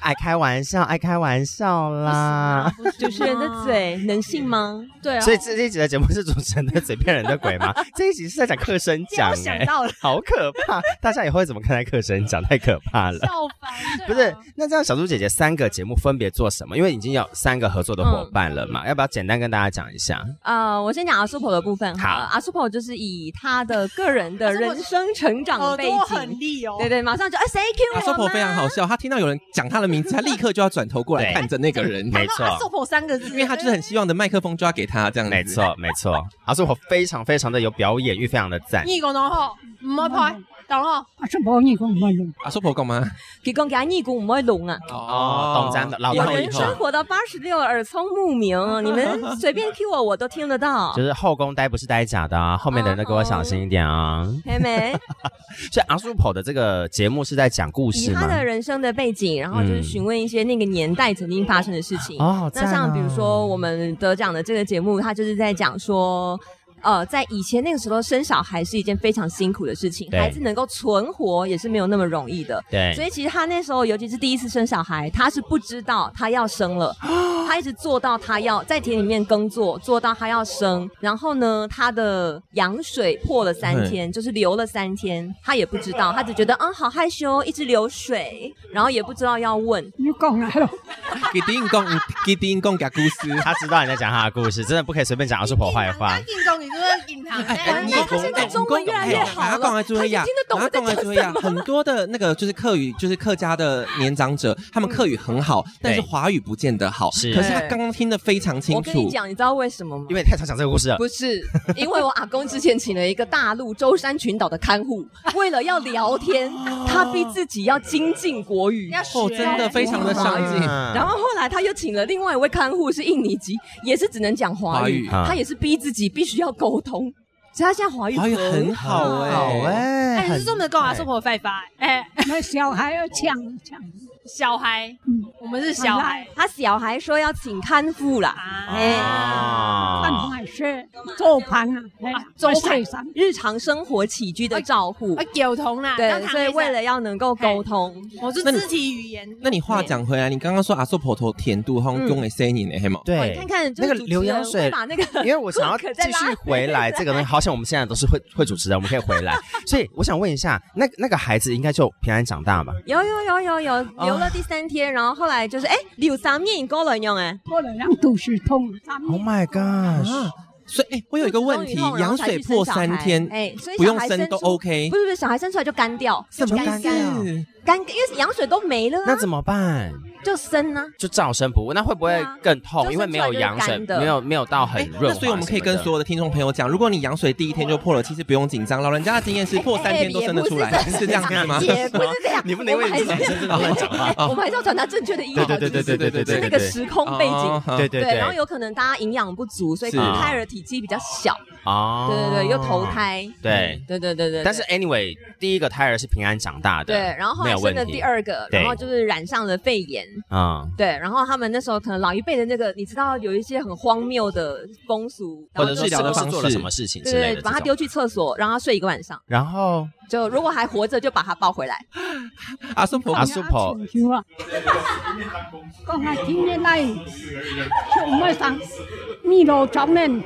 S1: 爱开玩笑，爱开玩笑啦。
S8: 主持人的嘴能信吗？
S2: 啊对啊
S1: 所以 这这一集的节目是主持人的嘴骗人的鬼 吗？这一集是在讲课声讲、
S8: 这样
S1: 欸，
S8: 我想到了
S1: 好可怕！大家以后会怎么看待课声讲？太可怕了。
S2: 笑翻
S1: 不
S2: 啊
S1: 是，
S8: 嗯
S1: 那这样小猪姐姐三个节目分别做什么？因为已经有三个合作的
S8: 嗯
S1: 伙伴了嘛，要不要简单跟大家讲一下？
S8: 呃，我先讲阿苏婆的部分好了。阿苏婆就是以他的个人的人生成长背
S2: 耳朵
S8: 景
S2: 很，利 哦，
S8: 对对，马上就哎谁 Q
S10: 阿
S8: 我
S10: 寿婆非常好笑，她听到有人讲她的名字，她立刻就要转头过来看着那个人，没
S2: 阿寿婆啊三个字，因
S10: 因为她就是很希望的麦克风抓给她这样子。没
S1: 错，没错。阿寿婆非常非常的有表演欲，非常的赞。
S2: 逆讲然后唔好拍，然后
S9: 阿叔婆逆讲唔爱用，
S1: 阿寿婆干嘛？
S8: 提供给他逆骨唔会聋啊。
S1: 哦，懂咱的老
S8: 我
S1: 套以
S8: 人
S1: 后，
S8: 生活到八十六耳聪目明，你们随便 Q 我我都听得到
S1: 就。是后宫呆不是呆假的啊，后面的人都给我小心一点啊。
S8: 黑妹，
S1: 所以阿叔婆的这个节目是在讲故
S8: 以
S1: 事
S8: 他
S1: 吗？
S8: 的人生的背景，然后就是询问一些那个年代曾经发生的事情。
S1: 哦好赞
S8: 那
S1: 哦
S8: 像比如说我们得奖的这个节目，他就是在讲说。呃，在以前那个时候，生小孩是一件非常辛苦的事情，
S13: 对
S8: 孩子能够存活也是没有那么容易的。
S13: 对
S8: 所以其实他那时候，尤其是第一次生小孩，他是不知道他要生了，他一直做到他要在田里面耕作，做到他要生。然后呢，他的羊水破了三
S13: 嗯
S8: 天，就是流了三天，他也不知道，他只觉得啊、好害羞，一直流水，然后也不知道要问。
S9: 你讲来了，
S1: 给丁公，给丁公讲故事，他知道你在讲他的故事，真的不可以随便讲阿叔婆坏话。
S2: 硬讲你就是硬糖，
S10: 哎你讲
S2: 现在中文越来越好
S10: 哎他
S2: 了，
S10: 讲来追呀，他讲来追呀。很多的那个就是客语，就是客家的年长者，他们客语很好，但是华语不见得好。
S1: 是
S10: 可是他刚刚听得非常清
S8: 我跟你
S10: 楚。
S8: 讲，你知道为什么吗？
S1: 因为你太常讲这个故事了。
S8: 不是，因为我阿公之前请了一个大陆舟山群岛的看护，为了要聊天，他逼自己要精进国语，
S10: 哦真的非常地上进
S1: 嗯
S8: 哇然后后来他又请了另外一位看护是印尼籍，也是只能讲华语，
S1: 啊
S10: 华语
S8: 他也是逼自己必须要沟通，所以他现在华语
S10: 华语很好哎好哎
S8: 哎
S2: 你是专门跟我阿叔婆拜发，哎，
S9: 那小孩要抢抢，
S2: 小孩，我们是小孩，哎
S8: 他小孩说要请看护啦，
S1: 哦
S10: 哦
S9: 饭
S8: 哎，
S9: 啊还是做盘啊，
S8: 做
S9: 水
S8: 上日常生活起居的照护，
S2: 啊有同啦，
S8: 对
S2: 当，堂
S8: 所以
S2: 黑色
S8: 为了要能够沟通，
S2: 我是
S10: 那你
S2: 肢体语言，
S10: 那你话讲回来，你刚刚说阿寿婆头甜度烘
S8: 嗯
S10: 用了三年呢，黑吗？
S1: 对
S8: 哦看看就
S1: 那
S8: 是
S1: 个
S8: 主持
S1: 流羊
S8: 人会
S1: 水
S8: 把那个
S1: 因为我想要
S8: hook 再
S1: 继续
S8: 拉
S1: 回来这个东西，好像我们现在都是会会主持人，我们可以回来。所以我想问一下，那那个孩子应该就平安长大吧？
S8: 有有有有有，
S10: 哦
S8: 留了第三天，然后后来就是哎，柳三面够了用哎，
S9: 过了让肚子啊痛，他
S1: Oh my gosh！、
S10: 所以，哎、我有一个问题，羊水破三天，
S8: 哎，所以
S10: 不用
S8: 小孩
S10: 生都
S8: 出
S10: OK
S8: 不。是不是，小孩生出来就干掉，
S10: 什么
S8: 干
S10: 干
S8: 掉
S10: 掉？
S8: 干，因为羊水都没了啊，
S1: 那怎么办？
S8: 就生啊呢？
S1: 就照生不误，那会不会更痛？因为没有羊水，
S8: 就是干的
S1: 没有没有到很润、
S10: 哎那所以我们可以跟所有
S1: 的。
S10: 的听众朋友讲，如果你羊水第一天就破了，其实不用紧张，老人家的经验是破三天都生得出来，
S8: 哎也不是
S10: 是这样子吗？，
S8: 也不是这样
S10: 你不能
S8: 我们
S10: 为
S8: 还
S10: 你
S8: 是
S10: 自己本身乱讲话
S8: 我们还是要传达正确的意思。
S10: 对对对对对对哦
S8: 是那个时空背景，
S1: 对对对
S8: 然后有可能大家营养不足，所以
S1: 是
S8: 可能胎儿体积比较小，
S1: 哦
S8: 对对对，又投胎，
S1: 对
S8: 对对对对。
S1: 但是 anyway，第一个胎儿是平安长大的，
S8: 对，然后后
S1: 没
S8: 来
S1: 有
S8: 生
S1: 问
S8: 了
S1: 题
S8: 第二个，
S1: 对
S8: 然后就是染上了肺炎，
S1: 啊、嗯，
S8: 对，然后他们那时候可能老一辈的那个，你知道有一些很荒谬的风俗，
S1: 或
S8: 然
S1: 者
S8: 后
S1: 是
S8: 就
S1: 治疗的
S8: 说
S1: 方式做了什么事情
S8: 对
S1: 之类
S8: 对
S1: 的
S8: 对，
S1: 这
S8: 把
S1: 种，
S8: 他丢去厕所，让他睡一个晚上，
S1: 然后
S8: 就如果还活着就把他抱回来。
S10: 阿叔婆，
S1: 阿叔婆，
S9: 有啊，讲啊，今天来，上麦上，米路早面，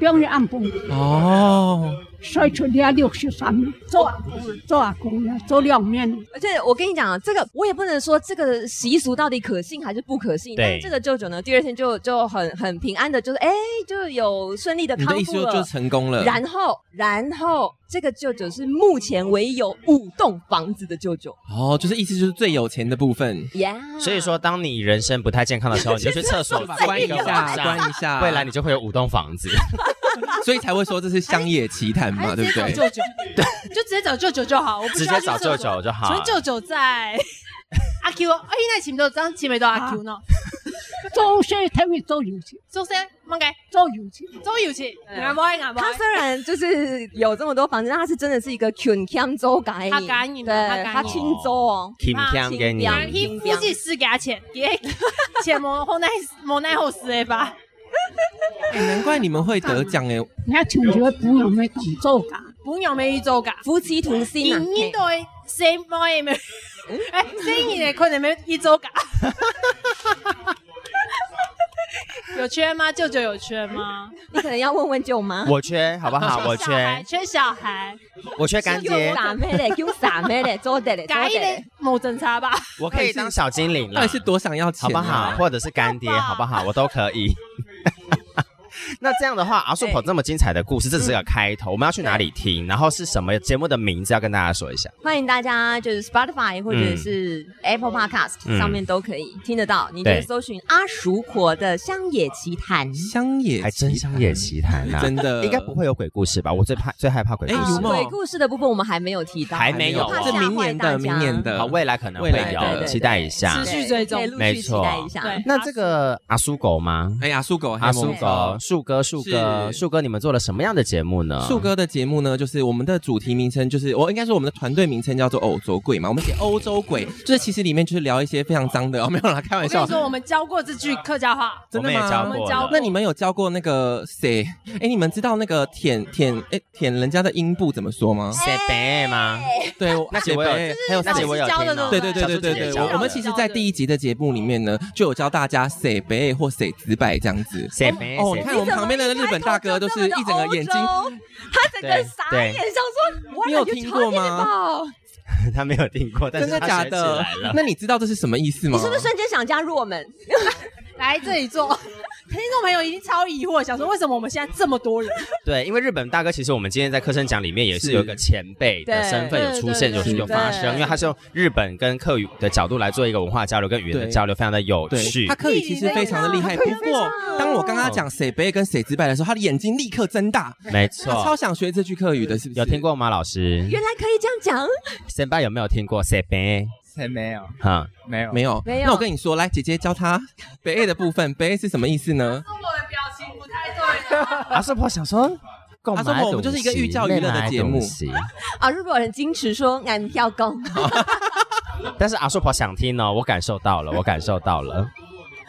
S9: 中日暗部，
S10: 哦，
S9: 摔出了六十三，做阿公做阿公了，做两面。
S8: 而且我跟你讲，啊这个我也不能说这个习俗到底可信还是不可信。
S10: 对
S8: 但是这个舅舅呢，第二天就就很很平安的，就是哎，就有顺利的
S10: 你
S8: 康
S10: 的意思
S8: 复
S10: 就
S8: 了，
S10: 就成功了。
S8: 然后，然后这个舅舅是目前唯一有五栋房子的舅舅。
S10: 哦，就是意思就是最有钱的部分。
S8: 呀、
S1: 所以说，当你人生不太健康的时候，你就去厕 所
S10: 关一
S1: 个
S10: 下
S1: 晚，上
S10: 关一下，
S1: 未来你就会有五栋房 子，
S10: 所以才会说这是乡野奇谈
S8: 哎
S10: 嘛，对不对？
S2: 舅舅，就直接找舅舅就好，我不需要去厕所
S1: 直接找舅舅就好
S2: 请问舅舅在阿 Q，哎， 那前面都张前面都阿 Q 呢？
S9: 周先他会做油漆，
S2: 周生，忙该
S9: 做油漆，
S2: 周有气，俺不爱俺不爱
S8: 他。虽然就是有这么多房子，但他是真的是一个 Kun Kiam 州感
S2: 他感应
S8: 对
S14: 啊
S2: 的他感应，
S8: 他亲州哦
S1: Kim Kiam 给你
S2: 哎去夫妻师给他钱， 给他钱莫莫奈莫奈后师的吧。
S10: 哎难怪你们会得奖哎，
S9: 人家穷学不用没懂做噶，
S2: 朋友没宇宙噶，
S8: 夫妻同心啊
S2: 你对谁冇也没，
S12: 嗯
S2: 哎，生意的可能没宇宙噶。有缺吗？舅舅有缺吗？
S8: 你可能要问问舅妈。
S1: 我缺好不好？ 我
S10: 啊
S1: 缺，
S2: 缺小孩，
S1: 我缺干爹
S8: 叫。傻妹嘞，叫傻妹嘞，做 得嘞，做
S2: 改一
S8: 得
S2: 点
S8: 嘞。
S2: 某侦查吧。
S1: 我可以当小精灵了，
S10: 到底是多想要钱
S1: 好不
S10: 啊
S1: 好？或者是干爹，好不好？我都可以。 那这样的话，阿素婆这么精彩的故事，这只是个开头。我们要去哪里听？然后是什么节目的名字？要跟大家说一下。
S8: 欢迎大家就是 Spotify 或者是 Apple Podcast、
S1: 嗯
S8: 上面都可以听得到，你就
S1: 对
S8: 搜寻阿叔婆的乡野奇谈。
S10: 乡野
S1: 还真乡野奇谈啊，
S10: 真的
S1: 应该不会有鬼故事吧？我最怕最害怕鬼故
S10: 哎有
S1: 事
S10: 吗，
S8: 鬼故事的部分我们还没有提到，
S1: 还没有
S8: 怕
S1: 哦
S8: 吓
S10: 这明年
S8: 坏
S10: 的，
S8: 大家
S10: 明年的，
S1: 好，未来可能会
S10: 未来的
S1: 有，
S10: 对
S1: 期待一下
S8: 对。
S14: 持续追踪
S8: 可以陆
S1: 没
S8: 续期
S1: 错
S8: 待一下。
S14: 对
S1: 那这个阿苏狗吗？
S10: 哎呀，树狗，
S1: 阿啊苏
S10: 黑
S1: 狗，树哥，树哥，
S10: 是
S1: 树哥，你们做了什么样的节目呢？
S10: 树哥的节目呢，就是我们的主题名称，就是我应该说我们的团队名称叫做“欧洲鬼”嘛，我们写欧洲鬼，就是其实里面就是聊一些非常脏的，哦、没有啦，开玩
S2: 我跟
S10: 笑
S2: 你。说，我们教过这句客家话，
S10: 真的
S1: 我们也教
S10: 吗？
S1: 过了
S10: 那你们有教过那个谁？哎，你们知道那个舔舔哎舔人家的阴部怎么说吗？
S1: 谁白吗？
S10: 对，
S1: 哎那集
S10: 姐
S1: 我有
S10: 妹还有
S1: 那集
S10: 谁
S1: 我有
S2: 教的
S1: 听到
S10: 对对对对对对，我我们其实，在第一集的节目里面呢，就有教大家谁北或谁直白这样子。
S1: 谁白
S10: 哦，你看我们旁边的日本大哥，就是一整个眼睛，
S8: 他整个傻
S1: 对
S8: 眼，想说：“我
S10: 你有听过吗？
S1: 他没有听过，但
S10: 真
S1: 是
S10: 的
S1: 他
S10: 假
S1: 学起
S10: 的
S1: 来了？
S10: 那你知道这是什么意思
S8: 你
S10: 吗？
S8: 是不是瞬间想加入我们？
S2: 来这里做。 听众朋友一定超疑惑，想说为什么我们现在这么多人？
S1: 对，因为日本大哥其实我们今天在课程讲里面也是有一个前辈的
S8: 对
S1: 身份有出现，有
S2: 对对
S1: 有发
S8: 对
S1: 生，因为他是用日本跟客语的角度来做一个文化交流跟语言的
S10: 对
S1: 交流，非常的有
S10: 对，
S1: 趣
S10: 他。客语其实非常的厉害。不
S8: 啊
S10: 过，当我刚刚讲谁北跟谁直白的时候，他的眼睛立刻睁大，
S1: 没
S10: 他超
S1: 错，
S10: 想学这句客语的，是不是？
S1: 有听？过吗？老师，
S8: 原来可以这样讲，
S1: 先爸有没有听过？谁呗？
S7: 才没
S10: 哦
S7: 有，
S1: 哈，
S7: 没有，
S10: 没有，
S8: 没有
S10: 那我跟你说，来，姐姐教他北 A 的 部分，北 A 是什么意思呢？
S2: 我的表情不太对，
S1: 阿叔婆想说，干嘛
S10: 阿叔婆我们就是一个寓教于乐的节
S1: 干嘛东
S10: 目
S1: 西
S8: 啊！如果有人矜持说“俺跳高
S1: 但是阿叔婆想听哦，我感受到了，我感受到 了，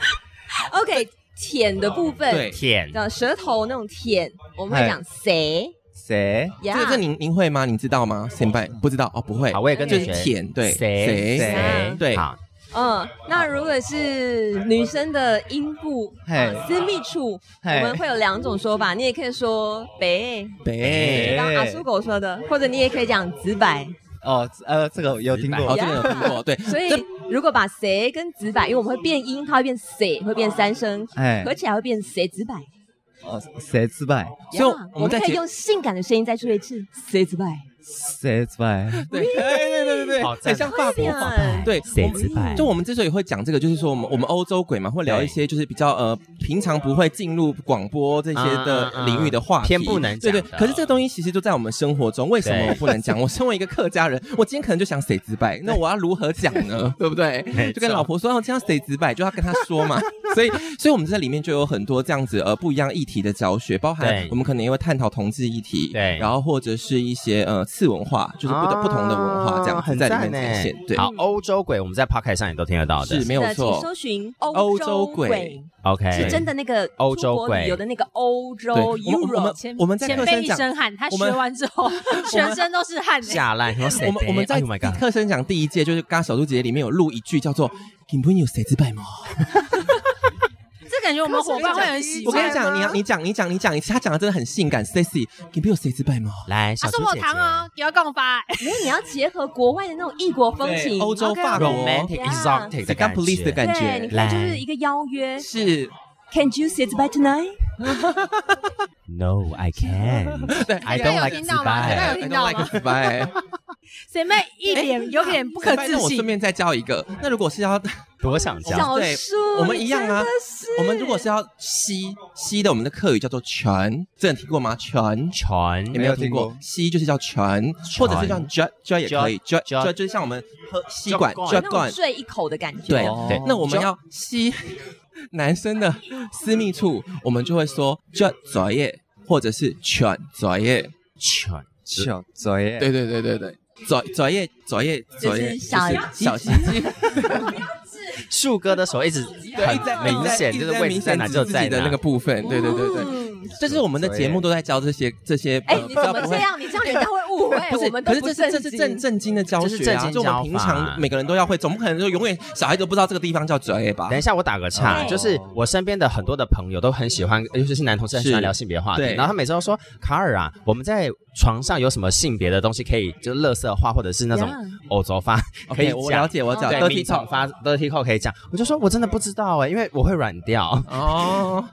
S8: ”，OK，舔的部分
S10: 对，哎
S1: 舔
S8: 的舌头那种舔，我们会讲谁
S7: 谁？
S10: 这
S8: 呀？
S10: 个这您您会吗？你知道吗？先辈不知道哦，不会
S1: 好，。我也跟
S10: 就
S1: 着
S10: 是
S1: 学
S10: 舔，对，
S1: 谁
S10: 谁
S1: 谁
S10: 对
S1: 好，
S8: 嗯，那如果是女生的阴部、
S7: 嘿
S8: 啊私密处，我
S7: 嘿
S8: 们会有两种说法，你也可以说“北
S10: 北
S7: 北”，
S10: 哎
S8: 刚刚阿
S7: 嘿
S8: 苏狗说的，或者你也可以讲“直白
S7: 哦，呃，这个有听
S10: 哦，
S7: 过
S8: 呀，
S10: 这个有听过，对”。，
S8: 所以
S10: 这
S8: 如果把“谁”跟“直白”，因为我们会变音，它会变“谁”，会变三声，
S7: 哎
S8: 合，起来会变“谁直白
S7: 哦，谁自败？”。
S10: 所以
S8: 呀
S10: 我
S8: 我们
S10: 们在
S8: 可以
S10: 节
S8: 用性感的声音再说一次“谁直白
S7: 谁自败？
S10: 对，哎对对对对，
S1: 好
S10: 很像法”。国法
S8: 对，
S10: 对，
S1: 谁
S10: 我们
S1: 自败
S10: 就我们之所以会讲这个，就是说我们我们欧洲鬼嘛，会聊一些就是比较呃平常不会进入广播这些
S1: 啊啊
S10: 的
S1: 啊
S10: 领域的话题，
S1: 偏不能
S10: 对
S1: 讲
S10: 对
S1: 的。
S10: 可是这个东西其实就在我们生活中，为什么
S1: 对
S10: 我不能讲？我身为一个 客家人，我今天可能就想谁自败，那我要如何讲呢？对不对
S1: 没？
S10: 就跟
S1: 错
S10: 老婆说，哦，这样谁自败，就要跟她说 嘛。所以，所以我们在里面就有很多这样子呃不一样议题的教学，包含
S1: 对
S10: 我们可能也会探讨同志议题，
S1: 对
S10: 然后或者是一些呃次文化，就是不同不同的文化这样
S1: 啊
S10: 子
S1: 很
S10: 在里
S1: 赞
S10: 面
S1: 呢
S10: 呈现，对。
S1: 好，欧洲鬼我们在 p o c k e t 上也都听得到的，
S10: 是没有
S8: 的请
S10: 错，
S8: 搜寻
S10: 欧
S8: 欧
S10: 洲
S8: 洲
S10: 鬼哎
S8: 鬼，
S1: OK，
S8: 是真的那个
S1: 欧洲
S8: 出国旅
S1: 鬼
S8: 游的那个欧洲
S10: 对，我
S8: Euro
S10: 们我们
S2: 前
S10: 我们在
S2: 前
S10: 课
S2: 辈
S10: 声
S2: 一
S10: 讲，
S2: 身汗，他学
S10: 我们
S2: 完之后全身都是汗欸。
S1: 下来，然后谁
S10: 我们我们在
S1: Oh my God，
S10: 课声讲第一届就是《嘎小猪姐姐》里面有录一句叫做 “Kim p u n y 谁自败吗
S2: 这感觉我们伙伴会很”，喜
S10: 我
S2: 欢。
S10: 跟你讲，你要你讲你讲你讲一次，他讲的真的很性感 sexy。Kim p u n y 谁自败吗？
S1: 来，小
S2: 他
S1: 猪
S2: 说我
S1: 姐
S2: 糖哦，不要共发欸。
S8: 因为你要结合国外的那种异国风情，
S10: 欧洲
S8: OK，
S10: 法
S1: 姐
S10: 国
S1: ，romantic
S8: Yeah
S1: exotic 的
S10: 刚
S1: 感
S10: police 的
S1: 觉，
S10: 感
S8: 对，你
S10: 觉
S8: 可以就
S1: 来
S8: 是一个邀约
S10: 是，
S8: ，Can you sit by tonight？
S1: No, I can.
S10: 对
S1: I
S2: 大
S1: don't
S2: 家
S1: like
S2: 有听
S1: 自
S2: 到吗？大家
S1: 白。
S2: 有
S10: I
S2: 听
S10: don't
S2: 到
S10: like
S2: 吗？
S10: 自败，
S2: 姐妹一脸有点不可置
S10: 哎那我顺
S2: 信。
S10: 便再教一个，那如果是要
S1: 多想讲，
S8: 小
S10: 对
S8: 树，
S10: 我们一样啊
S8: 你真的是
S10: 我们如果是要吸吸的，我们的客语叫做拳，这你听过吗？拳
S1: 船
S10: 有没有听过
S4: 没有听过？
S10: 吸就是叫拳，或者是叫 j j 也可以 j j 就是像我们喝吸管 j
S8: 有那种
S10: 管，
S8: 醉一口的感觉，
S10: 对
S7: 哦
S10: 对。那我们要吸男生的私密处，我们就会说 j 作业，或者是拳作业。
S1: 船
S7: 小作业，
S10: 对对对对对，作作业作业作业，
S8: 就是小
S10: 就是小鸡鸡，
S1: 树哥的手一直
S10: 对，一直在
S1: 很明显，
S10: 一
S1: 就
S10: 直
S1: 是
S10: 在
S1: 位
S10: 明
S1: 置
S10: 显
S1: 在哪就
S10: 指自
S1: 在
S10: 己的
S1: 哪
S10: 那个。部分。对对对对，
S8: 嗯
S10: 就是我们的节目都在教这些这些，
S8: 哎
S10: 呃，
S8: 你
S10: 比
S8: 怎
S10: 较
S8: 么这
S10: 不会
S8: 样？你这样人家会误会
S10: 不，是
S8: 哎我们，都
S10: 可是
S8: 不
S10: 这是这是
S8: 经
S10: 正正经的教
S1: 这是
S10: 学
S1: 正
S10: 啊，
S1: 经
S10: 就我
S1: 教
S10: 们平
S1: 法
S10: 常每个人都要会，总不可能说永远小孩都不知道这个地方叫 J A 吧？
S1: 等一下，我打个岔，
S10: 哦
S1: 就是我身边的很多的朋友都很喜欢，尤其是男同事很喜欢
S10: 是
S1: 聊性别话题，
S10: 对
S1: 然后他每次都说卡尔啊，我们在床上有什么性别的东西可以就是乐色化或者是那种
S10: Yeah
S1: 偶轴发
S10: OK，
S1: 可以讲
S10: 我了解我了解
S1: 对，
S10: dirty
S1: 米
S10: talk
S1: 桶发 dirty talk 可以讲，我就说我真的不知道哎、因为我会软掉
S10: 哦。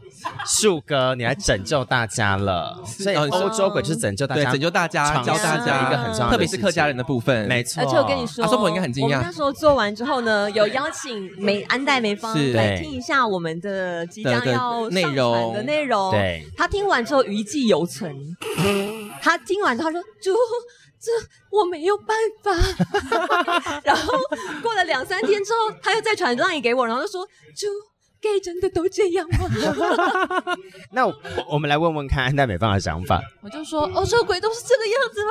S1: 树哥，你来拯救大家 了，所以
S10: 哦你说
S1: 欧洲鬼就是拯救大
S10: 对
S1: 家，
S10: 拯救大家，
S1: 尝
S10: 教大
S1: 试的
S10: 家
S1: 一个很重要的
S10: 特别是客家人的部分，
S1: 没错
S8: 而且我跟你说，
S10: 阿松婆啊应该很惊
S8: 我们
S10: 讶
S8: 那。时候做完之后呢，有邀请梅安代梅芳
S10: 是
S8: 来
S10: 对
S8: 听一下我们的即将
S10: 的的
S8: 要
S10: 内
S8: 上
S10: 容
S8: 传的内容。
S10: 对，
S8: 他听完之后余悸犹存。他听完之后他说：“猪，这我没有办法。” 然后过了两三天之后，他又再传 line 给我，然后就说：“猪，gay 真的都这样吗？”
S1: 那我我们来问问看安奈美芳的想法。
S8: 我就说：“欧洲鬼都是这个样子吗？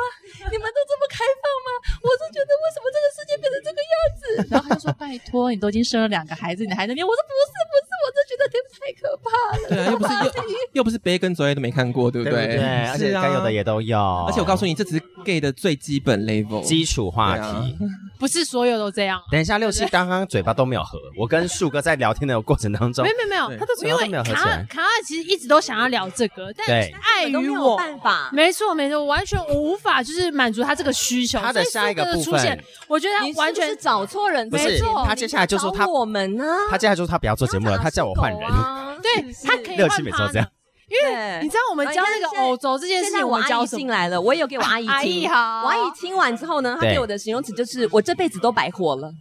S8: 你们都这么开放吗？我是觉得为什么这个世界变成这个样子？”
S12: 然后他就说：“拜托，你都已经生了两个孩子，你还在那边？”我说：“不是，不是，我真觉得天太可怕了。”
S10: 对啊，又不是又又不是 gay 跟 J A 都没看过，对不
S1: 对不 对而且
S10: 是啊
S1: 该有的也都有
S10: 而且我告诉你，这只是 gay 的最基本 level
S1: 基础话
S10: 对啊
S1: 题，
S2: 不是所有都这样啊。
S1: 等一下，六七刚刚嘴巴都没有合，我跟树哥在聊天的过程当中，
S2: 没有没有
S1: 对
S2: 没有，他都
S1: 嘴
S2: 因
S1: 巴都没有
S2: 为
S1: 合
S2: 卡
S1: 起
S2: 尔
S1: 来。
S2: 卡尔其实一直都想要聊这个，但
S1: 对
S2: 碍于我办
S8: 法，
S2: 没错没错，完全我无法就是满足他这个需求。
S1: 他的
S2: 所以
S1: 下一个
S2: 这的
S1: 部
S2: 出现
S1: 分，
S2: 我觉得他完全
S8: 找错人
S1: 不是
S2: 没错，
S1: 他接下来就说他
S8: 我们呢，
S1: 他接下来就是他不要做节目了，他叫我换人。
S8: 啊
S2: 对他可以
S1: 六
S2: 换
S1: 七每次都这
S2: 他。
S1: 样，
S2: 因为你知道我们教那个欧洲这件事
S8: 现在
S2: 情，
S8: 我
S2: 们
S8: 阿
S2: 教
S8: 姨
S2: 什
S8: 进
S2: 么？
S8: 来了，我有给我阿姨听。
S2: 阿姨好
S8: 我阿姨听完之后呢，她
S10: 对
S8: 给我的形容词就是我这辈子都白活了。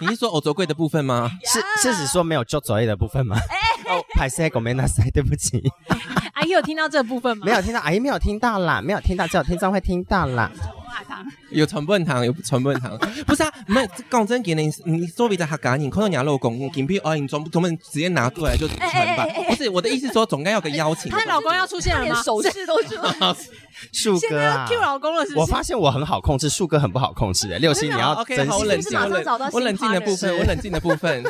S10: 你是说欧洲贵的部分吗？
S1: 是是指说没有做作业的部分吗？哦，排塞狗没那塞，对不起，
S2: 阿哎姨有听到这部分吗？
S1: 没有听到，阿姨没有听到啦，没有听到，只有听众会听到啦。
S10: 有传本堂，有传本堂，不是啊？没讲真给你，你作为在客家人，看到哎人家老公金币二银装，他们直接拿过来就传吧
S2: 哎哎哎。
S10: 不是我的意思，说总该要个邀请吧。
S2: 她老公要出现了吗？
S8: 她连手 势
S2: 都出
S1: 树哥啊
S2: Q 老公了是不是？
S1: 我发现我很好控制，树哥很不好控制哎，六七你要
S10: 啊 OK，
S1: 珍
S10: 好，我
S1: 惜
S10: 冷
S1: 自
S10: 静，
S1: 己。
S10: 我冷，我冷静的部分，我冷静的部分。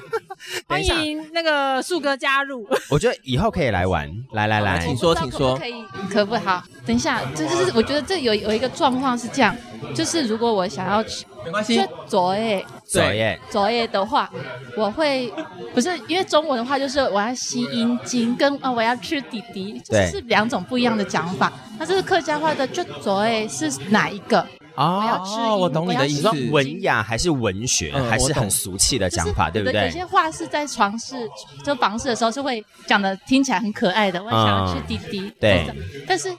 S2: 欢迎那个树哥加入。
S1: 我觉得以后可以来玩，来来来，
S10: 请说
S12: 不知道可不可以，可不好？等一下，这就是我觉得这有有一个状况是这样，就是如果我想要去，
S10: 没关系
S12: 就左哎诶
S1: 左耶，
S12: 左诶的话，我会不是因为中文的话就是我要吸阴茎，跟啊、呃我要吃弟弟，就是
S1: 对
S12: 是两种不一样的讲法。那这是客家话的，就左诶是哪一个？
S1: 哦，我懂
S12: 你的意思
S1: 说文雅还是文学，
S10: 嗯
S1: 还
S10: 我
S1: 是
S10: 懂
S1: 很俗气的讲法，对不
S12: 有的
S1: 对
S12: 有？些话是在床事就房事的时候是会讲的，听起来很可爱的，我想要吃弟弟。
S1: 嗯对，
S12: 但是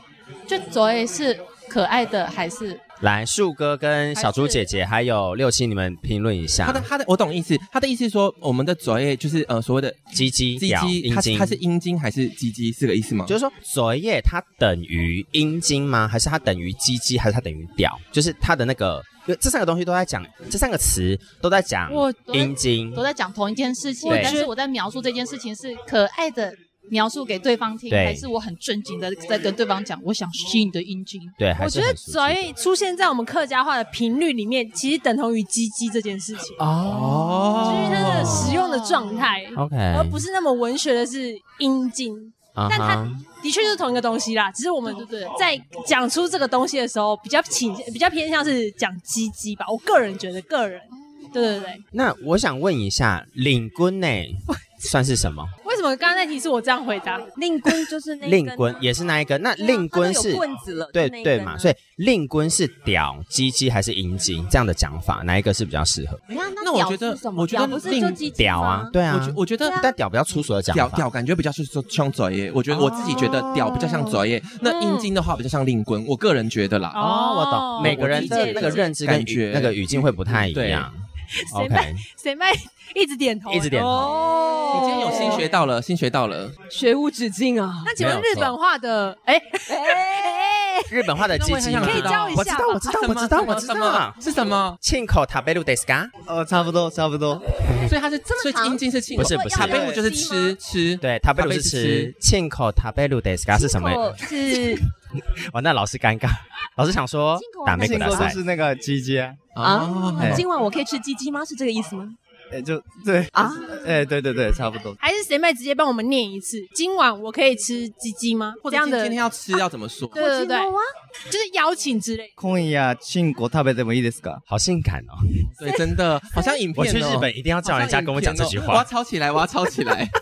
S12: 就左诶是可爱的还是？
S1: 来，树哥跟小猪姐姐还有六七，你们评论一
S10: 他
S1: 下
S10: 的。他的我懂意思，他的意思是说我们的左叶就是呃所谓的
S1: 鸡鸡
S10: 鸡
S1: 屌
S10: 鸡，
S1: 阴
S10: 它
S1: 茎
S10: 它是阴茎还是鸡鸡是个意思吗？
S1: 就是说，左叶它等于阴茎吗？还是它等于鸡鸡？还是它等于屌？就是它的那个，因为这三个东西都在讲，这三个词都在讲
S12: 我
S1: 阴茎
S12: 都。在讲同一件事情，
S1: 对
S12: 但是我在描述这件事情是可爱的描述给对方听，
S1: 对
S12: 还是我很正经的在跟对方讲，我想吸你的阴茎。
S1: 对，还
S2: 我
S1: 是
S2: 觉得
S1: 很俗
S2: 所以出现在我们客家话的频率里面，其实等同于“鸡鸡”这件事情，
S1: 哦
S10: 哦
S2: 就是它的使用的状态，
S1: OK
S2: 而不是那么文学的是阴茎。
S1: 啊
S2: 但它
S1: 哈，
S2: 的确就是同一个东西啦，只是我们在讲出这个东西的时候，比较倾比较偏向是讲鸡鸡吧。我个人觉得，个人，对对对。
S1: 那我想问一下，领棍呢算是什么？
S2: 为什么刚刚那题是我这样回答？
S8: 令棍就是
S1: 令棍
S2: 啊
S1: 也是那一根，那令棍
S2: 它都
S1: 是
S2: 有棍子了
S1: 对
S2: 就那一
S1: 对
S2: 根
S1: 嘛？
S2: 啊
S1: 所以令棍是屌、鸡鸡还是阴茎这样的讲法，哪一个是比较适合？
S8: 你看，
S10: 哎那我觉得
S8: 屌是什么
S10: 我觉得
S8: 屌不是
S10: 令
S8: 就鸡鸡
S1: 屌啊
S8: 吗，
S1: 对啊
S10: 我觉，我觉得
S1: 但屌比较粗俗的讲
S10: 屌
S1: 法，
S10: 屌感觉比较是说像左叶，我觉得我自己觉得屌比较像左
S8: 哦
S10: 叶，那阴茎的话比较像令棍，我个人觉得啦。
S1: 哦，我懂，每个人
S10: 我
S1: 的
S10: 理解
S1: 那个
S10: 理解
S1: 认知跟
S10: 感觉
S1: 语那个语境会不太一
S10: 对
S1: 样。
S2: 谁
S1: OK，
S2: 卖谁卖一直点头，
S1: 一直点头
S2: 哦
S10: 你今天有新学到了，新学到了。
S8: 学无止境啊！
S2: 那请问
S10: 没有
S2: 日本话的，哎 哎，
S1: 日本话的鸡鸡吗
S2: 可以教一
S1: 我知
S2: 下
S1: 道，我知道，我知道，我知道
S10: 是什么？
S1: 庆口塔贝鲁德斯嘎？
S10: 哦
S4: 呃，差不多，差 不多。
S10: 所以它是，所以阴茎是亲
S1: 不是不是，
S10: 塔贝鲁就是吃吃，
S1: 对，塔贝鲁
S10: 塔贝
S1: 是
S10: 是
S1: 吃
S10: 吃，
S1: 庆口塔贝鲁德斯嘎是什么？
S8: 是
S1: 哦，那老师尴尬，老师想说打
S4: 那
S1: 美
S4: 个
S1: 国大
S4: 就
S1: 赛
S4: 是那个鸡鸡啊
S10: 哦
S8: 啊，
S1: 哎
S8: 今晚我可以吃鸡鸡吗？是这个意思吗？
S4: 哎，就对
S2: 啊，
S4: 哎，对对对，差不 多。
S2: 还是谁妹直接帮我们念一次？今晚我可以吃鸡鸡吗？这样的，
S10: 今天要吃
S8: 啊
S10: 要怎么说？
S2: 对对对，就是邀请之类。
S4: 今夜庆国食べてもいいですか？
S1: 好性感哦！
S10: 对，真的好像影
S1: 我
S10: 片、哦。
S1: 去日本一定要叫人家跟我讲这句
S10: 我要
S1: 话。
S10: 抄起来，我要抄起来。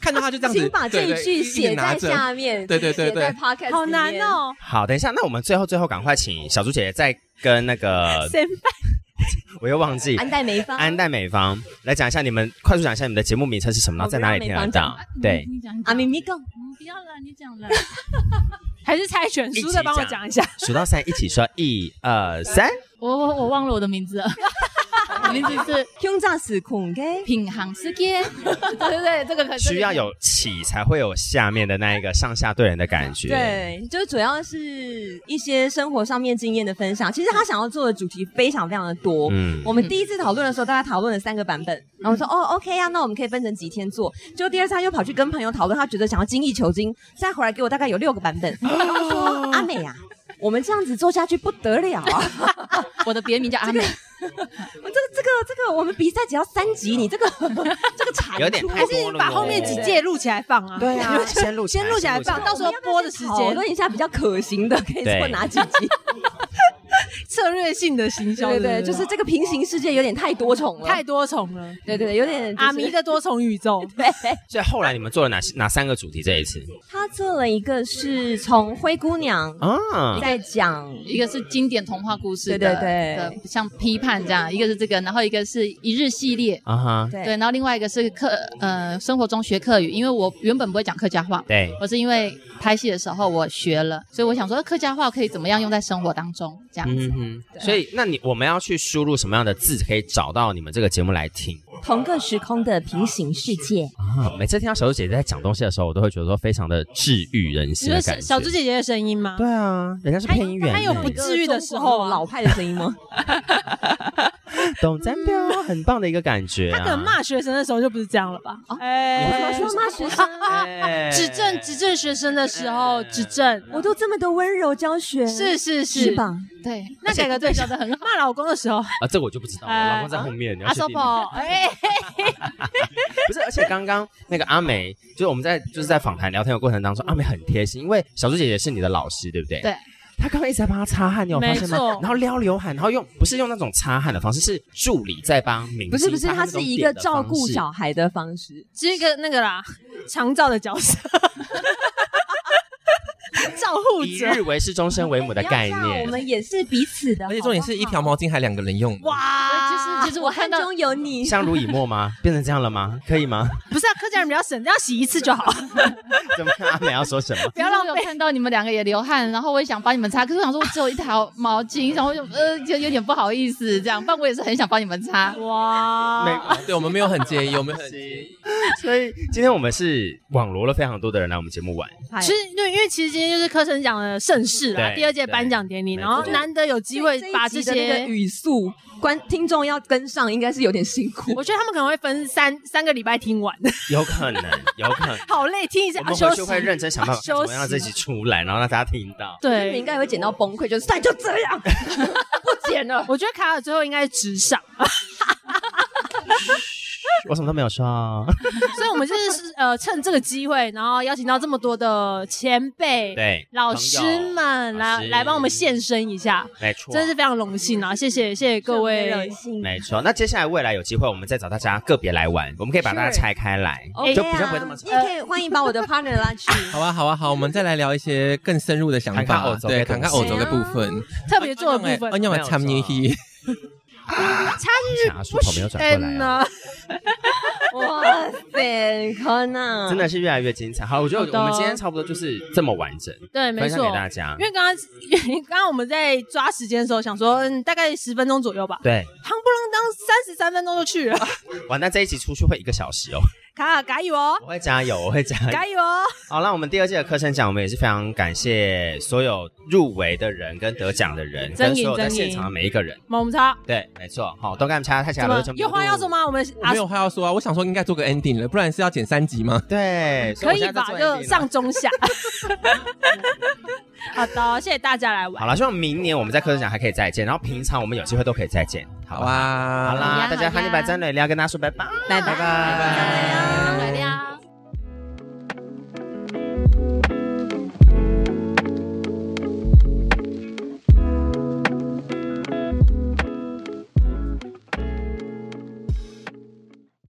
S10: 看到他 就这样子，
S8: 请把这
S10: 对
S8: 一
S10: 对
S8: 句
S10: 一
S8: 写
S10: 拿
S8: 在
S10: 着
S8: 下面，
S10: 对对对
S8: 写在
S10: 对，
S8: podcast
S2: 好难哦。
S1: 好，等一下，那我们最后最后赶快请小猪姐姐再跟那个
S2: 先
S1: 我又忘记
S8: 安代梅芳，
S1: 安代美方来讲一下你们快速讲一下你们的节目名称是什么，然后在哪里听得到？对，
S12: 嗯你讲
S8: 啊
S12: 嗯
S8: 阿咪咪讲，
S12: 不要了，你讲了。
S2: 还是猜拳输的帮我讲一下。
S1: 数到三一起说，一二三。
S12: 我我我忘了我的名字了， 我的名字是
S8: 胸战士孔给
S12: 品行世界。对对对，这个可
S1: 需要。有起才会有下面的那一个上下对人的感觉。，
S8: 对，就主要是一些生活上面经验的分享。其实他想要做的主题非常非常的多。
S1: 嗯
S8: 我们第一次讨论的时候，大概讨论了三个版本，然后我说哦，OK 啊，那我们可以分成几天做。就第二次他又跑去跟朋友讨论，他觉得想要精益求精，再回来给我大概有六个版本。然后他说阿美啊，我们这样子做下去不得了啊！
S12: 我的别名叫阿美，
S8: 这个这个这个，我们比赛只要三集，你这个这 个产
S1: 有点
S8: 出
S1: 太
S2: 还
S1: 多
S2: 是
S1: 了
S2: 把后面几届录起来放啊？
S8: 对啊
S1: 先录起来
S2: 先录起来
S1: 先录起来
S2: 放，到时候播的时
S8: 讨
S2: 间，
S8: 论一下比较可行的，可以做
S1: 对
S8: 哪几集？
S2: 策略性的行销。
S8: 对
S2: 对
S8: 对对，就是这个平行世界有点太多重了，
S2: 太多重了，
S8: 对对对，有点、就 是、
S2: 阿 迷的多重宇宙。
S8: 对。
S1: 所以后来你们做了哪些哪三个主题？这一次
S8: 他做了一个是从灰姑娘
S1: 啊，
S8: 在讲，
S12: 一个是经典童话故事的，
S8: 对对对
S12: 的像批判这样，一个是这个，然后一个是一日系列，
S1: 啊哈，
S8: 对
S12: 对，然后另外一个是客呃生活中学客语，因为我原本不会讲客家话，
S1: 对
S12: 我是因为拍戏的时候我学了，所以我想说客家话可以怎么样用在生活当中这样子。
S1: 嗯哼。所以那你我们要去输入什么样的字可以找到你们这个节目来听
S8: 同个时空的平行世界，
S1: 啊？每次听到小猪姐姐在讲东西的时候，我都会觉得说非常的治愈人
S2: 你
S1: 心
S2: 说
S1: 的感
S2: 小
S1: 觉。
S2: 小猪姐姐的声音吗？
S1: 对啊，人家是配音员呢，
S2: 她有不治愈的时候啊，
S8: 老派的声音吗？
S1: 啊懂咱标，很棒的一个感觉啊。
S2: 嗯她可能骂学生的时候就不是这样了吧？ 哎，
S8: 说骂学生，啊
S1: 哎
S2: 指正指正学生的时候，指正
S8: 我都这么的温柔教学，
S2: 是是是
S8: 是吧？
S12: 对，
S2: 那改个对象的很 骂老公的时候，
S1: 啊，这个我就不知道了，
S2: 哎
S1: 老公在后面，你要
S2: 阿
S1: 确
S2: 叔
S1: 定。
S2: 婆，哎，
S1: 不是，而且刚刚那个阿美，就是我们在就是在访谈聊天的过程当中，阿美很贴心，因为小猪姐姐是你的老师，对不对？
S12: 对。
S1: 她刚刚一直在帮她擦汗，你有发现吗
S2: 没错？
S1: 然后撩刘海，然后用不是用那种擦汗的方式，是助理在帮明星
S8: 不是不是，
S1: 擦汗
S8: 他
S1: 那种
S8: 是一
S1: 点
S8: 个
S1: 的
S8: 照顾
S1: 方式
S8: 小孩的方式，
S2: 是一个那个啦，长照的角 色， 照护
S1: 一
S2: 者
S1: 日，为师，终身为母的概
S8: 不要这样我
S1: 念。
S8: 们也是彼此的，
S10: 而且重点是一条毛巾还两个人用。哇，
S12: 就是其实
S8: 好不好，我
S12: 我看
S8: 汗
S12: 到
S8: 中有 你，
S1: 相濡以沫吗？变成这样了吗？可以吗？
S2: 不是啊，客家人比较省，这样洗一次就好，
S1: 怎么看阿美要说什么？
S12: 不要浪费。看到你们两个也流汗，然后我也想帮你们擦，可是我想说我只有一条毛巾，然后我就呃就有点不好意思这样，不然我也是很想帮你们擦。
S2: 哇，
S10: 对我们没有很介意，我们很介意。
S1: 所以今天我们是网罗了非常多的人来我们节目玩，
S2: 其实对，因为其实今天就是柯晨奖的盛世啦，
S1: 对
S2: 第二届颁奖典礼，
S1: 对
S2: 然后
S1: 没错
S2: 难得有机会把
S8: 这
S2: 这
S8: 一集的那个
S2: 些。
S8: 语速，观听众要跟上，应该是有点辛苦。
S2: 我觉得他们可能会分三三个礼拜听完，
S1: 有可能，有可能。
S2: 好累，听一下
S1: 我
S2: 啊
S1: 们
S2: 休
S1: 回去
S2: 息。
S1: 会认真想办法，怎
S2: 休息
S1: 么样让这集出来，然后让大家听 到。
S8: 你
S2: 对
S8: 应，该会剪到崩溃，就是算哎就这样，不剪了。
S2: 我觉得卡尔最后应该是直上，
S1: 我什么都没有说哦。
S2: 所以我们就是呃趁这个机会，然后邀请到这么多的前 辈、
S1: 对，
S2: 老师们
S1: 老
S2: 来
S1: 师
S2: 来帮我们现身一下，
S1: 没错，
S2: 真是非常荣幸啊！谢谢谢谢各 位，
S1: 没错。那接下来未来有机会，我们再找大家个别来玩，我们可以把大家
S8: Sure
S1: 拆开来，
S2: 哎
S8: OK
S1: 就比较不会那么长
S8: 哎你。也可以欢迎把我的 partner 拉去。
S10: 好啊，好啊，好，我们再来聊一些更深入的想
S1: 看看
S10: 法
S1: 偶，像
S10: 对，
S1: 的
S10: 看看
S1: 东
S10: 欧
S1: 西
S10: 洲的部分。
S2: 特别做的
S1: 哎
S2: 部分
S1: 哦
S10: 啊，你要么参与去，
S1: 想要梳头没有转过来哦，
S2: 呢，
S8: 哇塞，可能
S1: 真的是越来越精彩。好，我觉
S2: 好
S1: 得
S2: 的
S1: 我们今天差不多就是这么完整，
S2: 对，没
S1: 分享
S2: 错
S1: 给。大家
S2: 因。为刚 刚，因为刚刚我们在抓时间的时候，想说，嗯，大概十分钟左右吧，
S1: 对，
S2: 夯不啷当三十三分钟就去了。
S1: 完蛋，这一集出去会一个小时哦。
S2: 卡尔加油哦，
S1: 我会加油，我会加油
S2: 加。油哦！
S1: 好，那我们第二届的课程奖，我们也是非常感谢所有入围的人、跟得奖的 人、
S2: 真
S1: 跟
S2: 赢
S1: 所有在
S2: 真
S1: 现
S2: 赢
S1: 场的每一个人。
S2: 猛超，
S1: 对，没错，好，都干掐，他
S2: 怎
S1: 想
S2: 么
S1: 流程
S2: 有话要说？吗？我们
S10: 我
S2: 啊
S10: 没，有话要说啊。我想说应该做个 ending 了，不然是要剪三集吗？
S1: 对，所
S2: 可
S1: 我现在在
S2: 以吧？
S1: 做
S2: 就
S1: ending
S2: 上
S1: 了。
S2: 中下。 好的，谢谢大家来玩
S1: 好。了，希望明年我们在课程奖还可以再见，然后平常我们有机会都可以再见，
S10: 啊
S1: 好不好？好啦，大家哈尼白真的也要跟大家说拜拜，
S6: 拜拜。